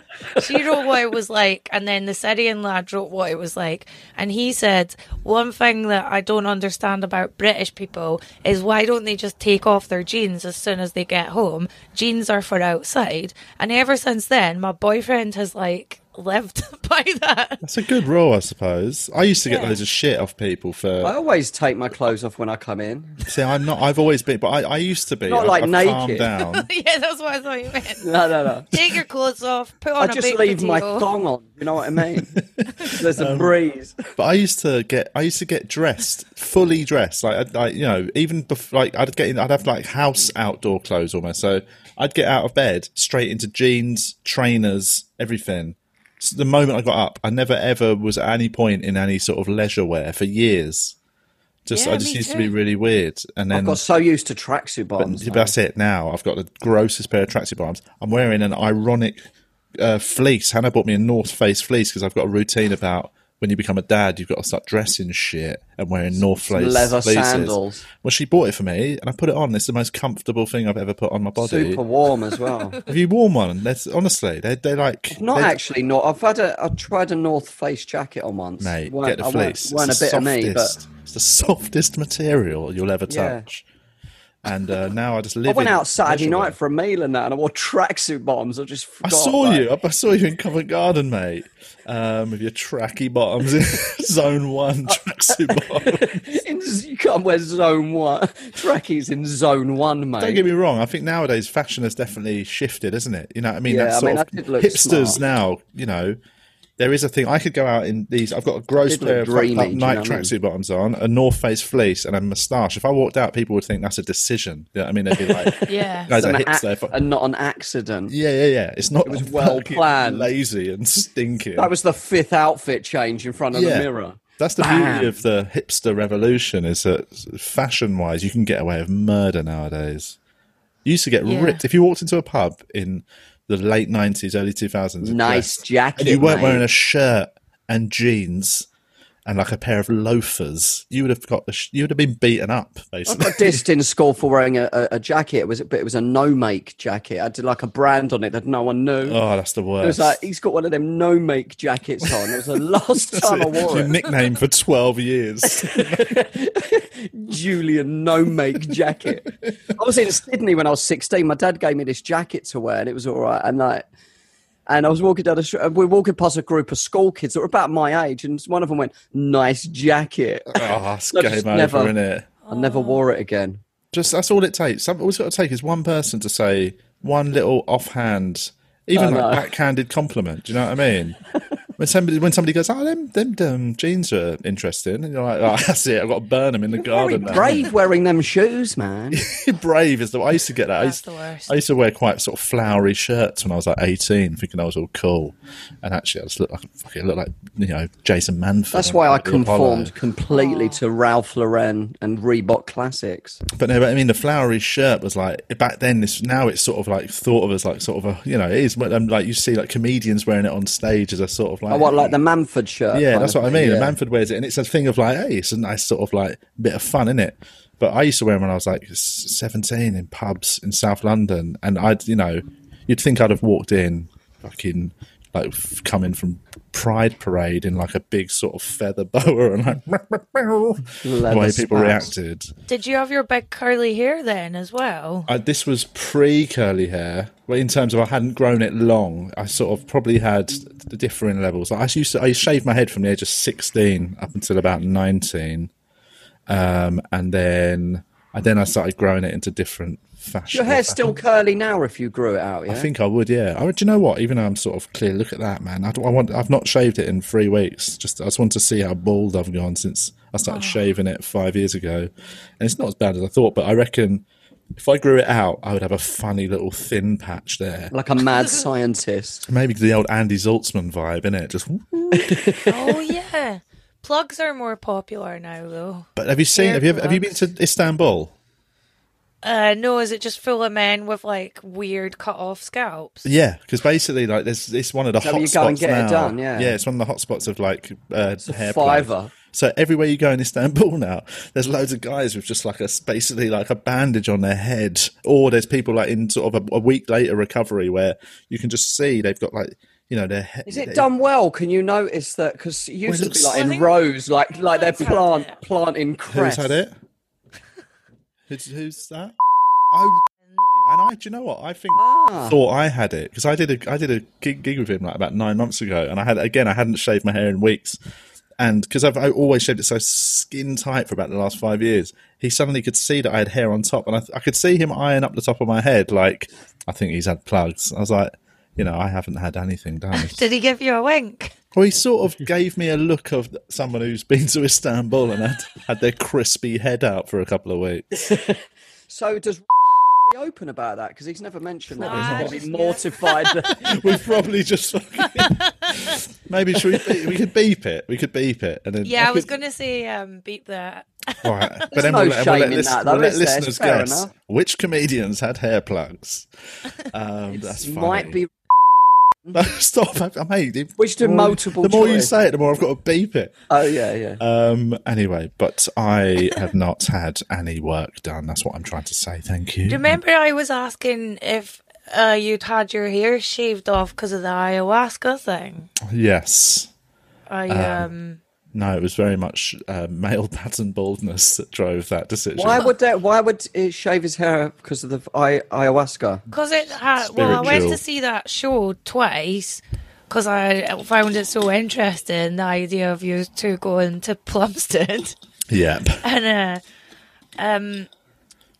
[LAUGHS] she wrote what it was like, and then the Syrian lad wrote what it was like, and he said one thing that I don't understand about British people is why don't they just take off their jeans as soon as they get home? Jeans are for outside, and ever since then, my boyfriend has like lived [LAUGHS] by that.
That's a good rule, I suppose. I used to get
Yeah.
loads of shit off people for.
I always take my clothes off when I come
[LAUGHS]
in.
see, I'm not. I've always been, but I, I used to be.
Not
I've-
like
I've
naked.
Calmed down.
yeah, that's what I thought you meant.
No, no, no.
Take your clothes off, put
I
on a
just
baked
leave my
potato.
thong on. You know what I
[LAUGHS]
mean? There's
Um,
a breeze.
But I used to get, I used to get dressed, fully dressed. Like, I'd, like you know, even bef- like I'd get in, I'd have like house outdoor clothes almost. So I'd get out of bed straight into jeans, trainers, everything. So the moment I got up, I never ever was at any point in any sort of leisure wear for years. Just,
Yeah,
I just
me
used to
too.
be really weird. And then
Got so used to tracksuit bottoms.
but that's it now. I've got the grossest pair of tracksuit bottoms. I'm wearing an ironic uh, fleece. Hannah bought me a North Face fleece because I've got a routine about when you become a dad, you've got to start dressing shit and wearing North Face
leather
fleeces.
sandals.
Well, she bought it for me, and I put it on. It's the most comfortable thing I've ever put on my body.
Super warm as
[LAUGHS]
well.
Have you worn one? That's honestly, they they like
Not
they-
actually not. I've had a. I tried a North Face jacket on once.
Mate,
Weren't-
get the
I weren't-
fleece.
weren't
it's
a bit
the
of me, but
softest, it's the softest material you'll ever
Yeah.
touch. And uh, now I just live.
I went
in
out Saturday
pleasure.
night for a meal and that, and I wore tracksuit bottoms. I just
I
forgot.
saw
like-
you. I I saw you in Covent Garden, mate, um, with your tracky bottoms, [LAUGHS] Zone One tracksuit bottoms.
[LAUGHS] In, you can't wear zone one. [LAUGHS] Trackies in zone one, mate.
Don't get me wrong. I think nowadays fashion has definitely shifted, isn't it? You know what I mean?
Yeah,
That
I
sort
mean,
of
I did look
hipsters
smart.
now. You know, there is a thing. I could go out in these. I've got a gross
Did look
pair of
dreamy,
like,
do you
Nike
know what I mean?
tracksuit bottoms on, a North Face fleece, and a moustache. If I walked out, people would think that's a decision. You know what I mean? They'd be like,
Yeah.
guys are
An
hipster.
ac-
If I-
and not an accident.
Yeah, yeah, yeah. It's not. It
was well planned.
lazy and stinking.
That was the fifth outfit change in front of the mirror.
That's the
Bam.
beauty of the hipster revolution is that fashion wise, you can get away with murder nowadays. You used to get
Yeah.
ripped. If you walked into a pub in the late 90s, early 2000s,
Nice
dressed,
jacket,
and you weren't
mate.
wearing a shirt and jeans and like a pair of loafers, you would have got the sh- you would have been beaten up basically.
got dissed in school for wearing a, a, a jacket. It was, but it was a no make jacket. I did like a brand on [LAUGHS] it that no one knew.
oh, that's the worst.
It was like he's got one of them no make jackets on. It was
[LAUGHS]
the last
That's
time I
it.
wore
Your
it.
nickname for 12 years. [LAUGHS]
Julian no make
[LAUGHS]
jacket. I was in Sydney when I was sixteen. My dad gave me this jacket to wear, and it was all right. And like, and I was walking down the street. and We were walking past a group of school kids that were about my age, and one of them went, "Nice jacket."
oh,
[LAUGHS]
it's
I
game
just
over,
never-
innit?
I never wore it again.
Just that's all it takes. Some, all it's got to take is one person to say one little offhand, even
I
like
know.
backhanded compliment. Do you know what I mean? when somebody when somebody goes, "Oh, them them, them jeans are interesting," and you're like, "Oh, [LAUGHS] that's it. I've got to burn them in the
Very
garden." now."
brave wearing them shoes, man.
[LAUGHS] brave is the. I used to get that. I
That's
used,
the worst.
I used to wear quite sort of flowery shirts when I was like 18, thinking I was all cool, and actually I just looked like fucking looked like you know Jason Manford.
That's
on
why I
Apollo.
conformed completely to Ralph Lauren and Reebok classics.
But no, but I mean, the flowery shirt was like back then. This now it's sort of like thought of as like sort of a you know it is um, like you see like comedians wearing it on stage as a sort of like
I want Oh, like the Manford shirt.
yeah
kind
that's
of
what I
thing,
mean.
yeah.
And Manford wears it, and it's a thing of like hey, it's a nice sort of like bit of fun in it. But I used to wear them when I was like s- seventeen in pubs in South London, and I'd you know you'd think I'd have walked in fucking like f- coming from Pride Parade in like a big sort of feather boa and like [LAUGHS] the way people
spats.
reacted.
Did you have your big curly hair then as well?
I, this was pre curly hair. Well, in terms of I hadn't grown it long, I sort of probably had the differing levels. Like I used to, I shaved my head from the age of sixteen up until about nineteen, um, and then and then I started growing it into different fashions.
Your hair's still curly now if you grew it out, yeah?
I think I would, yeah. I, do you know what? Even though I'm sort of clear, look at that, man. I, don't- I want. I've not shaved it in three weeks. Just I just want to see how bald I've gone since I started shaving it five years ago, and it's not as bad as I thought. But I reckon if I grew it out, I would have a funny little thin patch there.
like a
[LAUGHS]
mad scientist.
Maybe the old Andy Zoltzman vibe in it. Just.
oh yeah. Plugs are more popular now though.
But have you seen?
Yeah,
Have you ever, have you been to Istanbul?
Uh no, is it just full of men with like weird cut off scalps?
Yeah, because basically, like, there's it's one of the
where
hot
you go and
spots
get it
now.
done, yeah.
yeah, it's one of the hot spots of like uh, hair.
fiver.
So everywhere you go in Istanbul [LAUGHS] now, there's loads of guys with just like a basically like a bandage on their head, or there's people like in sort of a, a week later recovery where you can just see they've got like you know their head.
Is it done well? Can you notice that? Because it used
Well, it
to be
looks-
like
I
in
think-
rows, like like they're
Who's had
plant
it?
planting
Who's
crest.
had it? who's, who's that? Oh, and I, do you know what? I think thought I had it because I did a I did a gig, gig with him like about nine months ago, and I had again I hadn't shaved my hair in weeks, and because I've I always shaved it so skin tight for about the last five years, he suddenly could see that I had hair on top, and I, I could see him eyeing up the top of my head like I think he's had plugs. I was like, you know, I haven't had anything done.
Did he give you a wink?
Well, he sort of gave me a look of someone who's been to Istanbul and had, had their crispy head out for a couple of [LAUGHS] weeks.
So does [LAUGHS] reopen about that? Because he's never mentioned that.
No,
He's
just-
probably mortified.
[LAUGHS]
that-
We probably just fucking. Maybe should we, beep, we could beep it. We could beep it, and then
Yeah, I was
could-
gonna say um beat that. [LAUGHS]
All right. But then
no
we'll let, we'll
shame
let,
in
listen-
that, though,
we'll let
is there? It's
listeners
fair
guess
enough.
which comedians had hair plugs. Um, that's funny.
might be
[LAUGHS] No, stop. I, I made it.
Which do
The more-
multiple
The more you
choice.
say it, the more I've got to beep it.
Oh yeah, yeah.
Um, anyway, but I have not had any work done. That's what I'm trying to say. Thank you.
Remember, I was asking if uh, you'd had your hair shaved off because of the ayahuasca thing.
Yes.
I
Uh,
um,
No, it was very much uh, [LAUGHS] male pattern baldness that drove that decision.
why would that? Why would it shave his hair because of the ay- ayahuasca?
because it had. Well, I went
Spiritual.
to see that show twice because I found it so interesting the idea of you two going to Plumstead. [LAUGHS]
Yep.
and uh, um,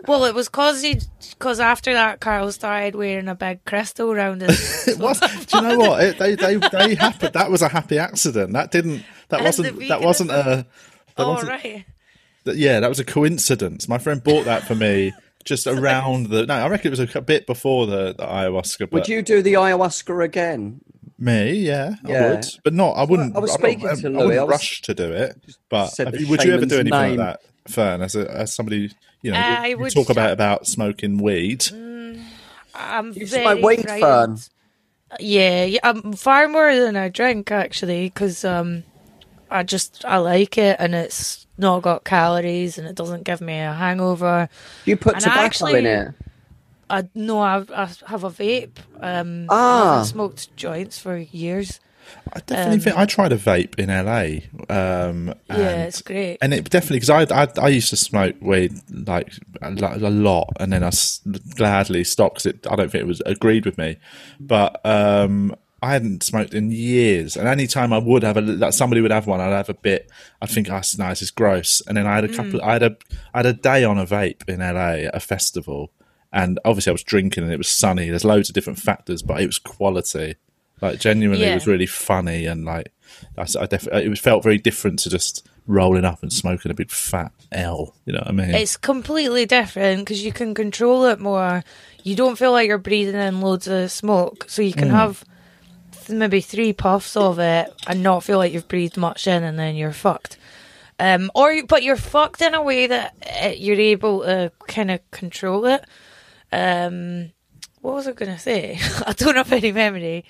well, it was cause he because after that Carl started wearing a big crystal
[LAUGHS]
round his.
[LAUGHS] It was. Do you know what? It, they they they happened. That was a happy accident. That didn't. That
And
wasn't.
the
That wasn't a. That
All
wasn't,
Oh, right.
that- yeah, that was a coincidence. My friend bought that for me
[LAUGHS]
just around the. No, I reckon it was a c- bit before the, the ayahuasca. But
Would you do the ayahuasca again?
me? Yeah, I
Yeah.
would. But not. I wouldn't.
I was
I'm not-
speaking to
I
Louis,
wouldn't
I was-
rush to do it. But
said
have
the
you- would you ever do
shaman's
anything
name.
like that, Fern? As a, as somebody, you know,
Uh, I
you, you
would-
talk about about smoking weed.
I'm
You
very
smoke weed,
frightened.
Fern.
Yeah, yeah, um, far more than I drink actually, because um, I just I like it, and it's not got calories, and it doesn't give me a hangover.
You put
And I
tobacco
actually-
in it.
I no, I, I have a vape. Um, I
Ah.
haven't smoked joints for years.
I definitely think I tried a vape in LA. Um, and,
Um, Yeah, it's great.
And it definitely because I, I I used to smoke weed like a lo- a lot, and then I s- gladly stopped because I don't think it was agreed with me. But um, I hadn't smoked in years, and any time I would have a like somebody would have one, I'd have a bit. I'd think, oh, no, this is gross. And then I had a
Mm.
couple. I had a I had a day on a vape in LA at a festival. And obviously, I was drinking, and it was sunny. There's loads of different factors, but it was quality. Like genuinely,
Yeah.
it was really funny and like I, s- I def- it was felt very different to just rolling up and smoking a big fat L. You know what I mean?
It's completely different because you can control it more. You don't feel like you're breathing in loads of smoke, so you
Mm.
can have th- maybe three puffs of it and not feel like you've breathed much in, and then you're fucked. Um, or you- but you're fucked in a way that uh, you're able to kind of control it. Um, what was I going to say? [LAUGHS] I don't have any memory,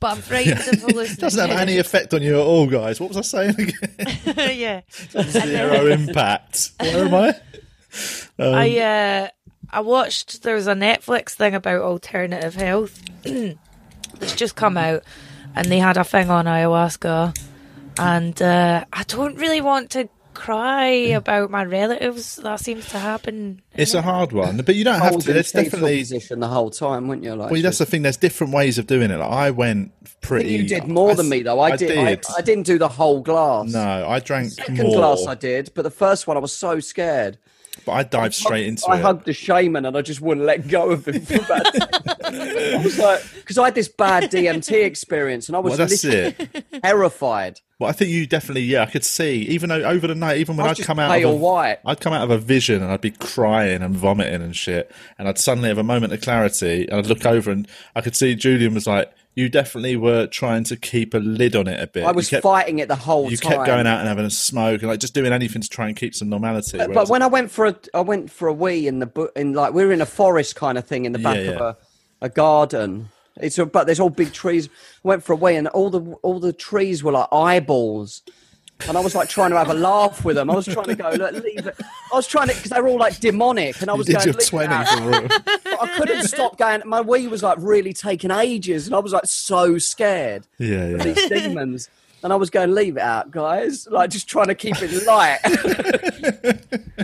but
[LAUGHS]
I'm frightened of hallucinations.
doesn't have any effect on you at all, guys. What was I saying again?
[LAUGHS] yeah.
Zero
[LAUGHS]
impact. Where am I?
I uh, I watched there was a Netflix thing about alternative health [CLEARS THROAT] that's just come out, and they had a thing on ayahuasca, and uh, I don't really want to cry about my relatives. That seems to happen.
It's a hard one, but you don't have to.
Holding
There's
fetal
definitely.
position the whole time, wouldn't you? Like,
Well, that's the thing. There's different ways of doing it. Like, I went pretty.
you did more
I-
than me though. I, did. I, I didn't do the whole glass.
no, I drank
Second
more,
glass I did, but the first one I was so scared.
but I dived straight into
I
it.
hugged the shaman and I just wouldn't let go of him. For about
[LAUGHS]
I was like, because I had this bad DMT experience and I
well,
was
that's
literally
it.
terrified.
Well, I think you definitely, yeah, I could see. Even though over the night, even when
I was
I'd
just
come out, of
pale
a,
white.
I'd come out of a vision and I'd be crying and vomiting and shit, and I'd suddenly have a moment of clarity, and I'd look over and I could see Julian was like, "You definitely were trying to keep a lid on it a bit."
I was
you kept,
fighting it the whole
You
time.
kept going out and having a smoke and like just doing anything to try and keep some normality.
But when I went for a, I went for a wee in the bu- in like we were in a forest kind of thing in the back
Yeah,
of
yeah.
a, a garden. It's a, but there's all big trees. I went for a wee and all the all the trees were like eyeballs, and I was like trying to have a laugh with them. I was trying to go look, leave it. I was trying to because they were all like demonic, and I was
did
going
your
"Leave
twenty,
that." [LAUGHS] But I couldn't stop going. My wee was like really taking ages, and I was like so scared
yeah, yeah.
these demons. And I was going, leave it out, guys. Like, just trying to keep it light. [LAUGHS]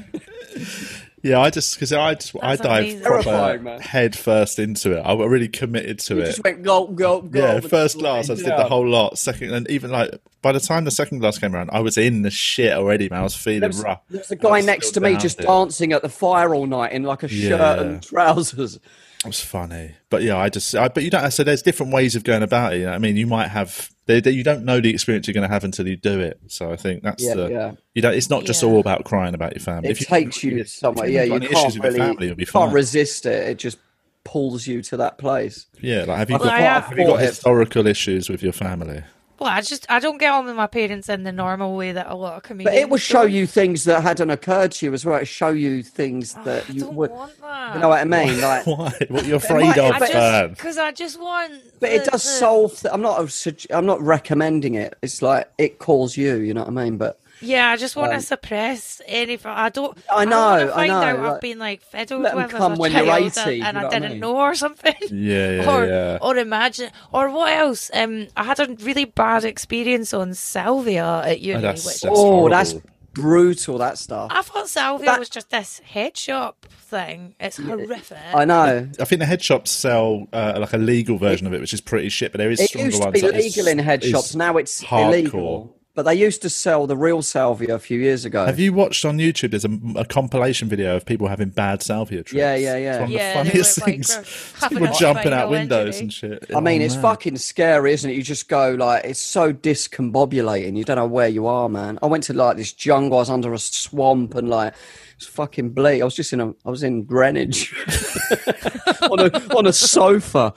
Yeah, I just because I just I
That's
dived
amazing.
Terrifying,
proper
man.
head first into it. I really committed to
You
it.
just went gulp, gulp, gulp.
Yeah,
and
first
just
glass. I
laid
just did the
down.
whole lot. Second, and even like by the time the second glass came around, I was in the shit already, man. I was feeling
There was,
rough.
there was a
And I
guy
was
next to
still
me
down
just
there.
dancing at the fire all night in like a shirt
Yeah.
and trousers.
It was funny, but yeah, I just. I, but you don't. So there's different ways of going about it. You know? what I mean, you might have. They, they, you don't know the experience you're going to have until you do it. So I think that's
Yeah,
the.
yeah.
You don't. It's not just
Yeah.
all about crying about your family.
It
If you-
takes you somewhere.
got
Yeah, you
any issues
can't
with your
really
family, you'll be
you can't
fine.
resist it. It just pulls you to that place.
yeah, like have you
Well,
got?
I have-
have you got
Well, I-
historical issues with your family? [LAUGHS]
Well, I just I don't get on with my parents in the normal way that a lot of comedians.
But it will show
don't.
you things that hadn't occurred to you as well. It'll show you things
Ah,
that
I
you
don't
would.
want that.
You know what I mean?
[LAUGHS]
Like,
Why? What are you afraid
might-
of,
I
Fern?
just because I just want.
but it
the-
does
the-
solve. th- I'm not. a sug- I'm not recommending it. It's like it calls you. You know what I mean? But
Yeah, I just want to suppress any. fr- I don't.
I
don't
know,
wanna
I
find
know,
out
like,
I've been like fiddled
let 'em
with as a
come when you're
child
80, you
and, and
know
I
what I
didn't
mean?
know or something.
Yeah, yeah,
[LAUGHS] or
yeah.
or imagine or what else? Um, I had a really bad experience on salvia at uni.
that's
which-
so- That's
oh, that's
horrible.
brutal. That stuff.
I thought salvia
That-
was just this head shop thing. It's horrific.
I know.
I think the head shops sell uh, like a legal version of it, which is pretty shit. But there is
It
stronger
used to
ones.
be
that is-
legal in head
is
shops. Now it's
hardcore.
illegal. But they used to sell the real salvia a few years ago.
Have you watched on YouTube? There's a, a compilation video of people having bad salvia trips.
Yeah, yeah, yeah.
It's one of
Yeah, they
the funniest
look like
things. [LAUGHS]
they're having
people
a
jumping out
spinal
windows
injury.
and shit.
I mean,
Oh,
it's
man.
fucking scary, isn't it? You just go like it's so discombobulating. You don't know where you are, man. I went to like this jungle. I was under a swamp and like it's fucking bleak. I was just in a. I was in Greenwich [LAUGHS] on a on a sofa.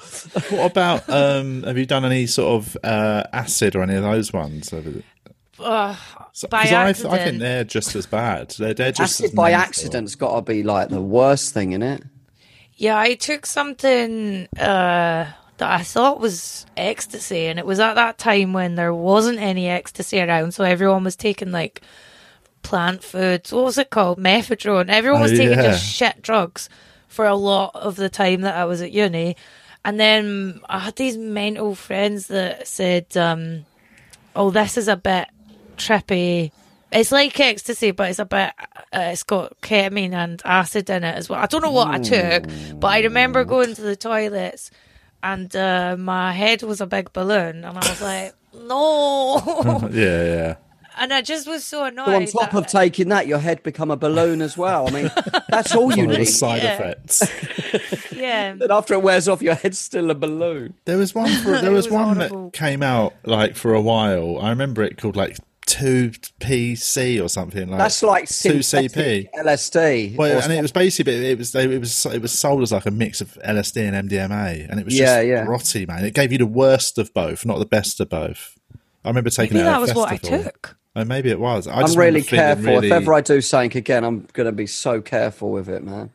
What
[LAUGHS]
about? Um, have you done any sort of uh, acid or any of those ones? Because
Ugh, by
I, th-
accident.
I think they're just as bad. They're, they're just as
Acid by
mental.
accident's got to be like the worst thing in it.
Yeah, I took something uh, that I thought was ecstasy, and it was at that time when there wasn't any ecstasy around, so everyone was taking like plant foods. What was it called? Methadone. Everyone was
Oh,
taking
yeah.
just shit drugs for a lot of the time that I was at uni, and then I had these mental friends that said, um, "Oh, this is a bit trippy." It's like ecstasy, but it's a bit. Uh, it's got ketamine and acid in it as well. I don't know what I took, but I remember going to the toilets, and uh, my head was a big balloon, and I was like, [LAUGHS]
[LAUGHS]
"No!"
Yeah, yeah.
and I just was so annoyed.
So on top
that-
of taking that, your head become a balloon as well. I mean, that's
[LAUGHS]
all you
One of the
need.
side
Yeah.
effects.
[LAUGHS] yeah,
And after it wears off, your head's still a balloon.
There was one.
[LAUGHS]
For, there was,
was
one
horrible.
that came out like for a while. I remember it called like two PC or something like.
That's like
two
synthetic
CP.
LSD.
Well,
or
and it was basically it was it was it was sold as like a mix of LSD and MDMA, and it was
Yeah,
just
yeah.
grotty, man. It gave you the worst of both, not the best of both. I remember taking
maybe
it. At
that
a
was what I
festival.
took.
Oh, maybe it was. I
I'm
just remember
really
feeling
careful.
Really, [LAUGHS]
If ever I do something again, I'm going to be so careful with it, man.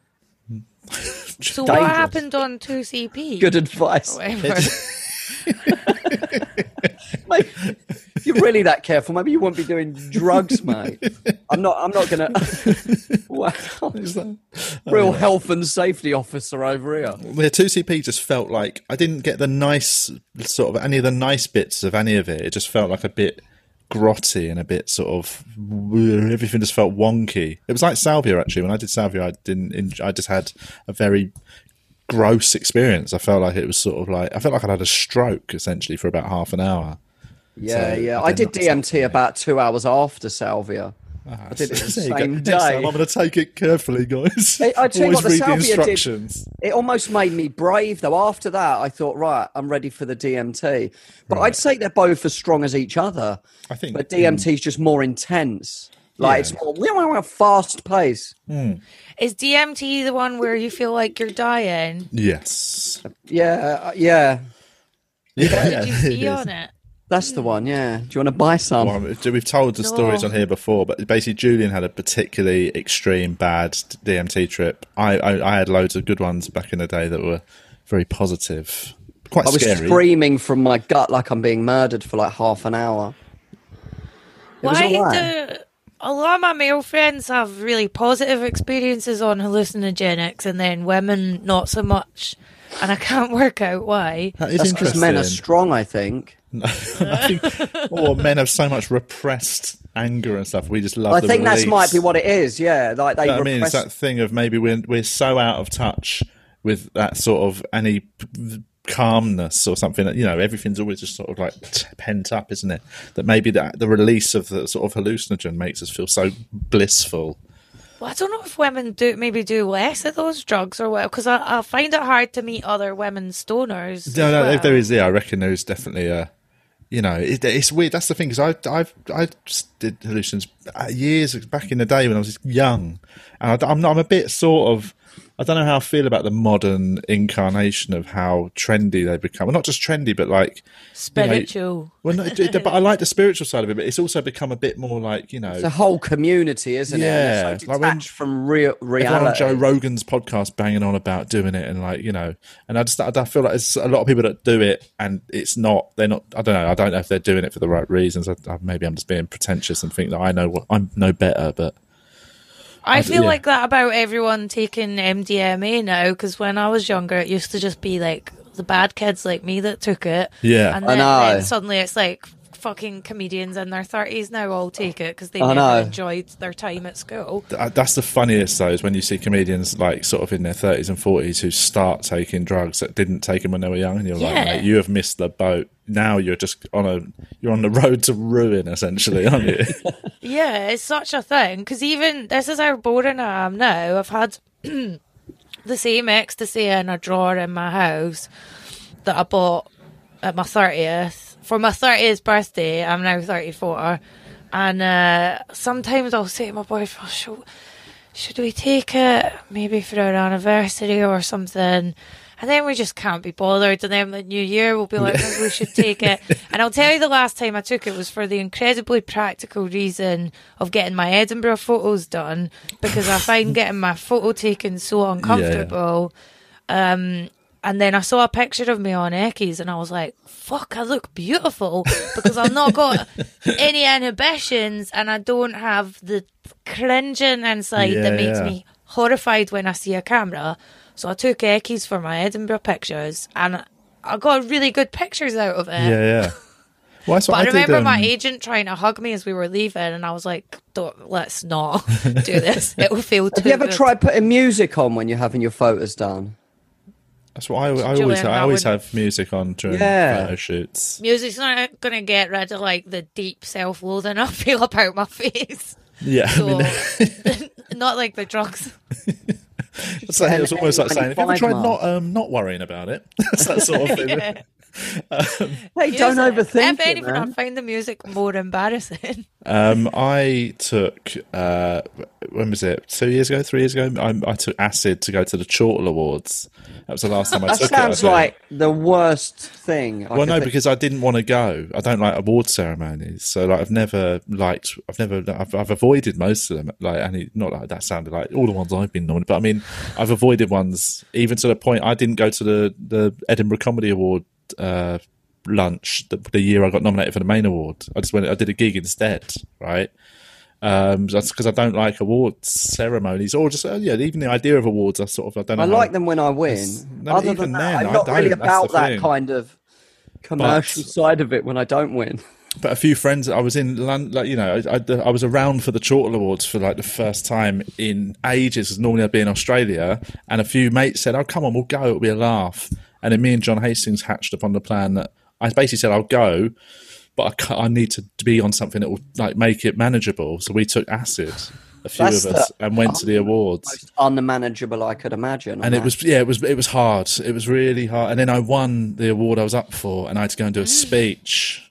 So what
dangerous.
happened on two CP?
Good
Oh,
advice. [LAUGHS]
Whatever.
Mate, if you're really that careful. Maybe you won't be doing
[LAUGHS]
drugs, mate. I'm not. I'm not [LAUGHS] going to. Wow,
oh,
real health and safety officer over here.
the two CP just felt like I didn't get the nice sort of any of the nice bits of any of it. It just felt like a bit grotty and a bit sort of everything just felt wonky. It was like salvia actually. When I did salvia, I didn't. en- I just had a very gross experience. I felt like it was sort of like I felt like I'd had a stroke essentially for about half an hour.
Yeah,
So,
yeah.
I
I did
did not
DMT about two hours after Salvia. I did it the
There you go.
same
Next
day.
time, I'm going to take it carefully, guys.
I- I tell you
Always
what, the
read the
salvia did-
instructions.
it almost made me brave though after that i thought right i'm ready for the dmt but i'd say they're both as strong as each other
I think-
but dmt is just more intense like it's more we don't want a fast pace
Is DMT the one where you feel like you're dying?
Yes.
yeah uh, yeah
Yeah.
[LAUGHS]
Did you
[LAUGHS]
see on it?
that's the one yeah do you want to buy some
Well, we've told the stories on here before, but basically Julian had a particularly extreme bad DMT trip. I, I, I had loads of good ones back in the day that were very positive, quite
i was
scary.
screaming from my gut like i'm being murdered for like half an hour was
Why
alright.
do a lot of my male friends have really positive experiences on hallucinogenics, and then women not so much? And I can't [LAUGHS] work out why.
that is
that's because men are
interesting.
strong i think
[LAUGHS] I think, or men have so much repressed anger and stuff. We just love.
i
the
think that's
release.
might be what it is yeah like they
You know what I mean, it's
repress
that thing of maybe we're we're so out of touch with that sort of any p- calmness or something. that You know, everything's always just sort of like [LAUGHS] t- pent up, isn't it? That maybe that the release of the sort of hallucinogen makes us feel so blissful.
Well, I don't know if women do maybe do less of those drugs or what, because I, I find it hard to meet other women stoners. as
No, no,
well.
there is. Yeah, I reckon there is definitely a. You know, it, it's weird. That's the thing because I I've I just did hallucinations uh, years back in the day when I was young, and I, am not. I'm a bit sort of I don't know how I feel about the modern incarnation of how trendy they become. Well, not just trendy, but like
Spiritual.
well, no, it- it- but I like the spiritual side of it. But it's also become a bit more like you know,
[LAUGHS] It's a whole community, isn't
Yeah,
it? It's so
like
detached
when-
from real
everyone on
reality.
Joe Rogan's podcast banging on about doing it and like you know, and I just I feel like there's a lot of people that do it and it's not they're not I don't know I don't know if they're doing it for the right reasons. I, I, maybe I'm just being pretentious and think that I know what I'm no better, but
I feel
yeah.
like that about everyone taking MDMA now because when I was younger, it used to just be like the bad kids like me that took it.
Yeah.
And
I
then,
know.
then suddenly it's like fucking comedians in their 30s now all take it because they
I
never
know.
enjoyed their time at school.
Th- that's the funniest though is when you see comedians like sort of in their 30s and 40s who start taking drugs that didn't take them when they were young and you're like
Yeah.
Mate, you have missed the boat now you're just on a you're on the road to ruin essentially aren't you
[LAUGHS] Yeah, it's such a thing because even this is how boring I am now. I've had [CLEARS THROAT] the same ecstasy in a drawer in my house that I bought at my 30th for my 30th birthday. I'm now 34, and uh, sometimes I'll say to my boyfriend, "Oh, should, should we take it maybe for our anniversary or something? And then we just can't be bothered. And then the new year, we'll be like, "Maybe we should take it. And I'll tell you the last time I took it was for the incredibly practical reason of getting my Edinburgh photos done because I find getting my photo taken so uncomfortable. Um, and then I saw a picture of me on Eckies and I was like, fuck, I look beautiful because I've
[LAUGHS]
not got any inhibitions and I don't have the cringing inside
Yeah,
that makes
yeah.
me horrified when I see a camera. So I took Eckies for my Edinburgh pictures and I got really good pictures out of
[LAUGHS]
it.
yeah yeah well, that's
But
what
I,
I, did,
remember my
um,
agent trying to hug me as we were leaving, and I was like, Don't, "Let's not
[LAUGHS]
do this. It will feel too."
Have you ever
good."
tried putting music on when you're having your photos done?
That's what I, I
Julian,
always I
I
always
wouldn't-
have music on during
Yeah.
photo shoots.
Music's not going to get rid of like the deep self-loathing I feel about my face.
Yeah, I
So,
mean,
[LAUGHS]
not like the drugs.
it's like- it was almost like saying, "Have you ever
25
tried not
mark.
um, not worrying about it?" [LAUGHS] That's that sort of thing.
Hey, don't
Music.
overthink
If
it,
anything, I
man.
find the music more embarrassing.
Um, I took uh, when was it? Two years ago, three years ago. I, I took acid to go to the Chortle Awards. That was the last time I
That
took
sounds
it. I think.
like the worst thing. I
well,
could
no,
think.
because I didn't want to go. I don't like award ceremonies, so like I've never liked. I've never. I've, I've avoided most of them. Like, and it, not like that sounded like all the ones I've been nominated, but I mean, I've avoided ones even to the point I didn't go to the the Edinburgh Comedy Award uh, lunch the, the year I got nominated for the main award. I just went. I did a gig instead, right? Um, that's because I don't like awards ceremonies, or just uh, yeah, even the idea of awards. I sort of I don't know.
I
how-
like them when I
It's-
win.
no, but
Other
even
than that,
then, I
I'm not really
don't. That's the
about that
thing.
kind of commercial side of it when I don't win.
but a few friends I was in London, like you know, I, I, I was around for the Chortle Awards for like the first time in ages. 'cause normally I'd be in Australia, and a few mates said, "Oh, come on, we'll go. It'll be a laugh." And then me and John Hastings hatched upon the plan that I basically said, "I'll go." But I, ca- I need to be on something that will like make it manageable. So we took acid, a few
That's
of us, and went to the awards
Most unmanageable I could imagine.
and it was yeah, it was it was hard. It was really hard. And then I won the award I was up for, and I had to go and do a speech.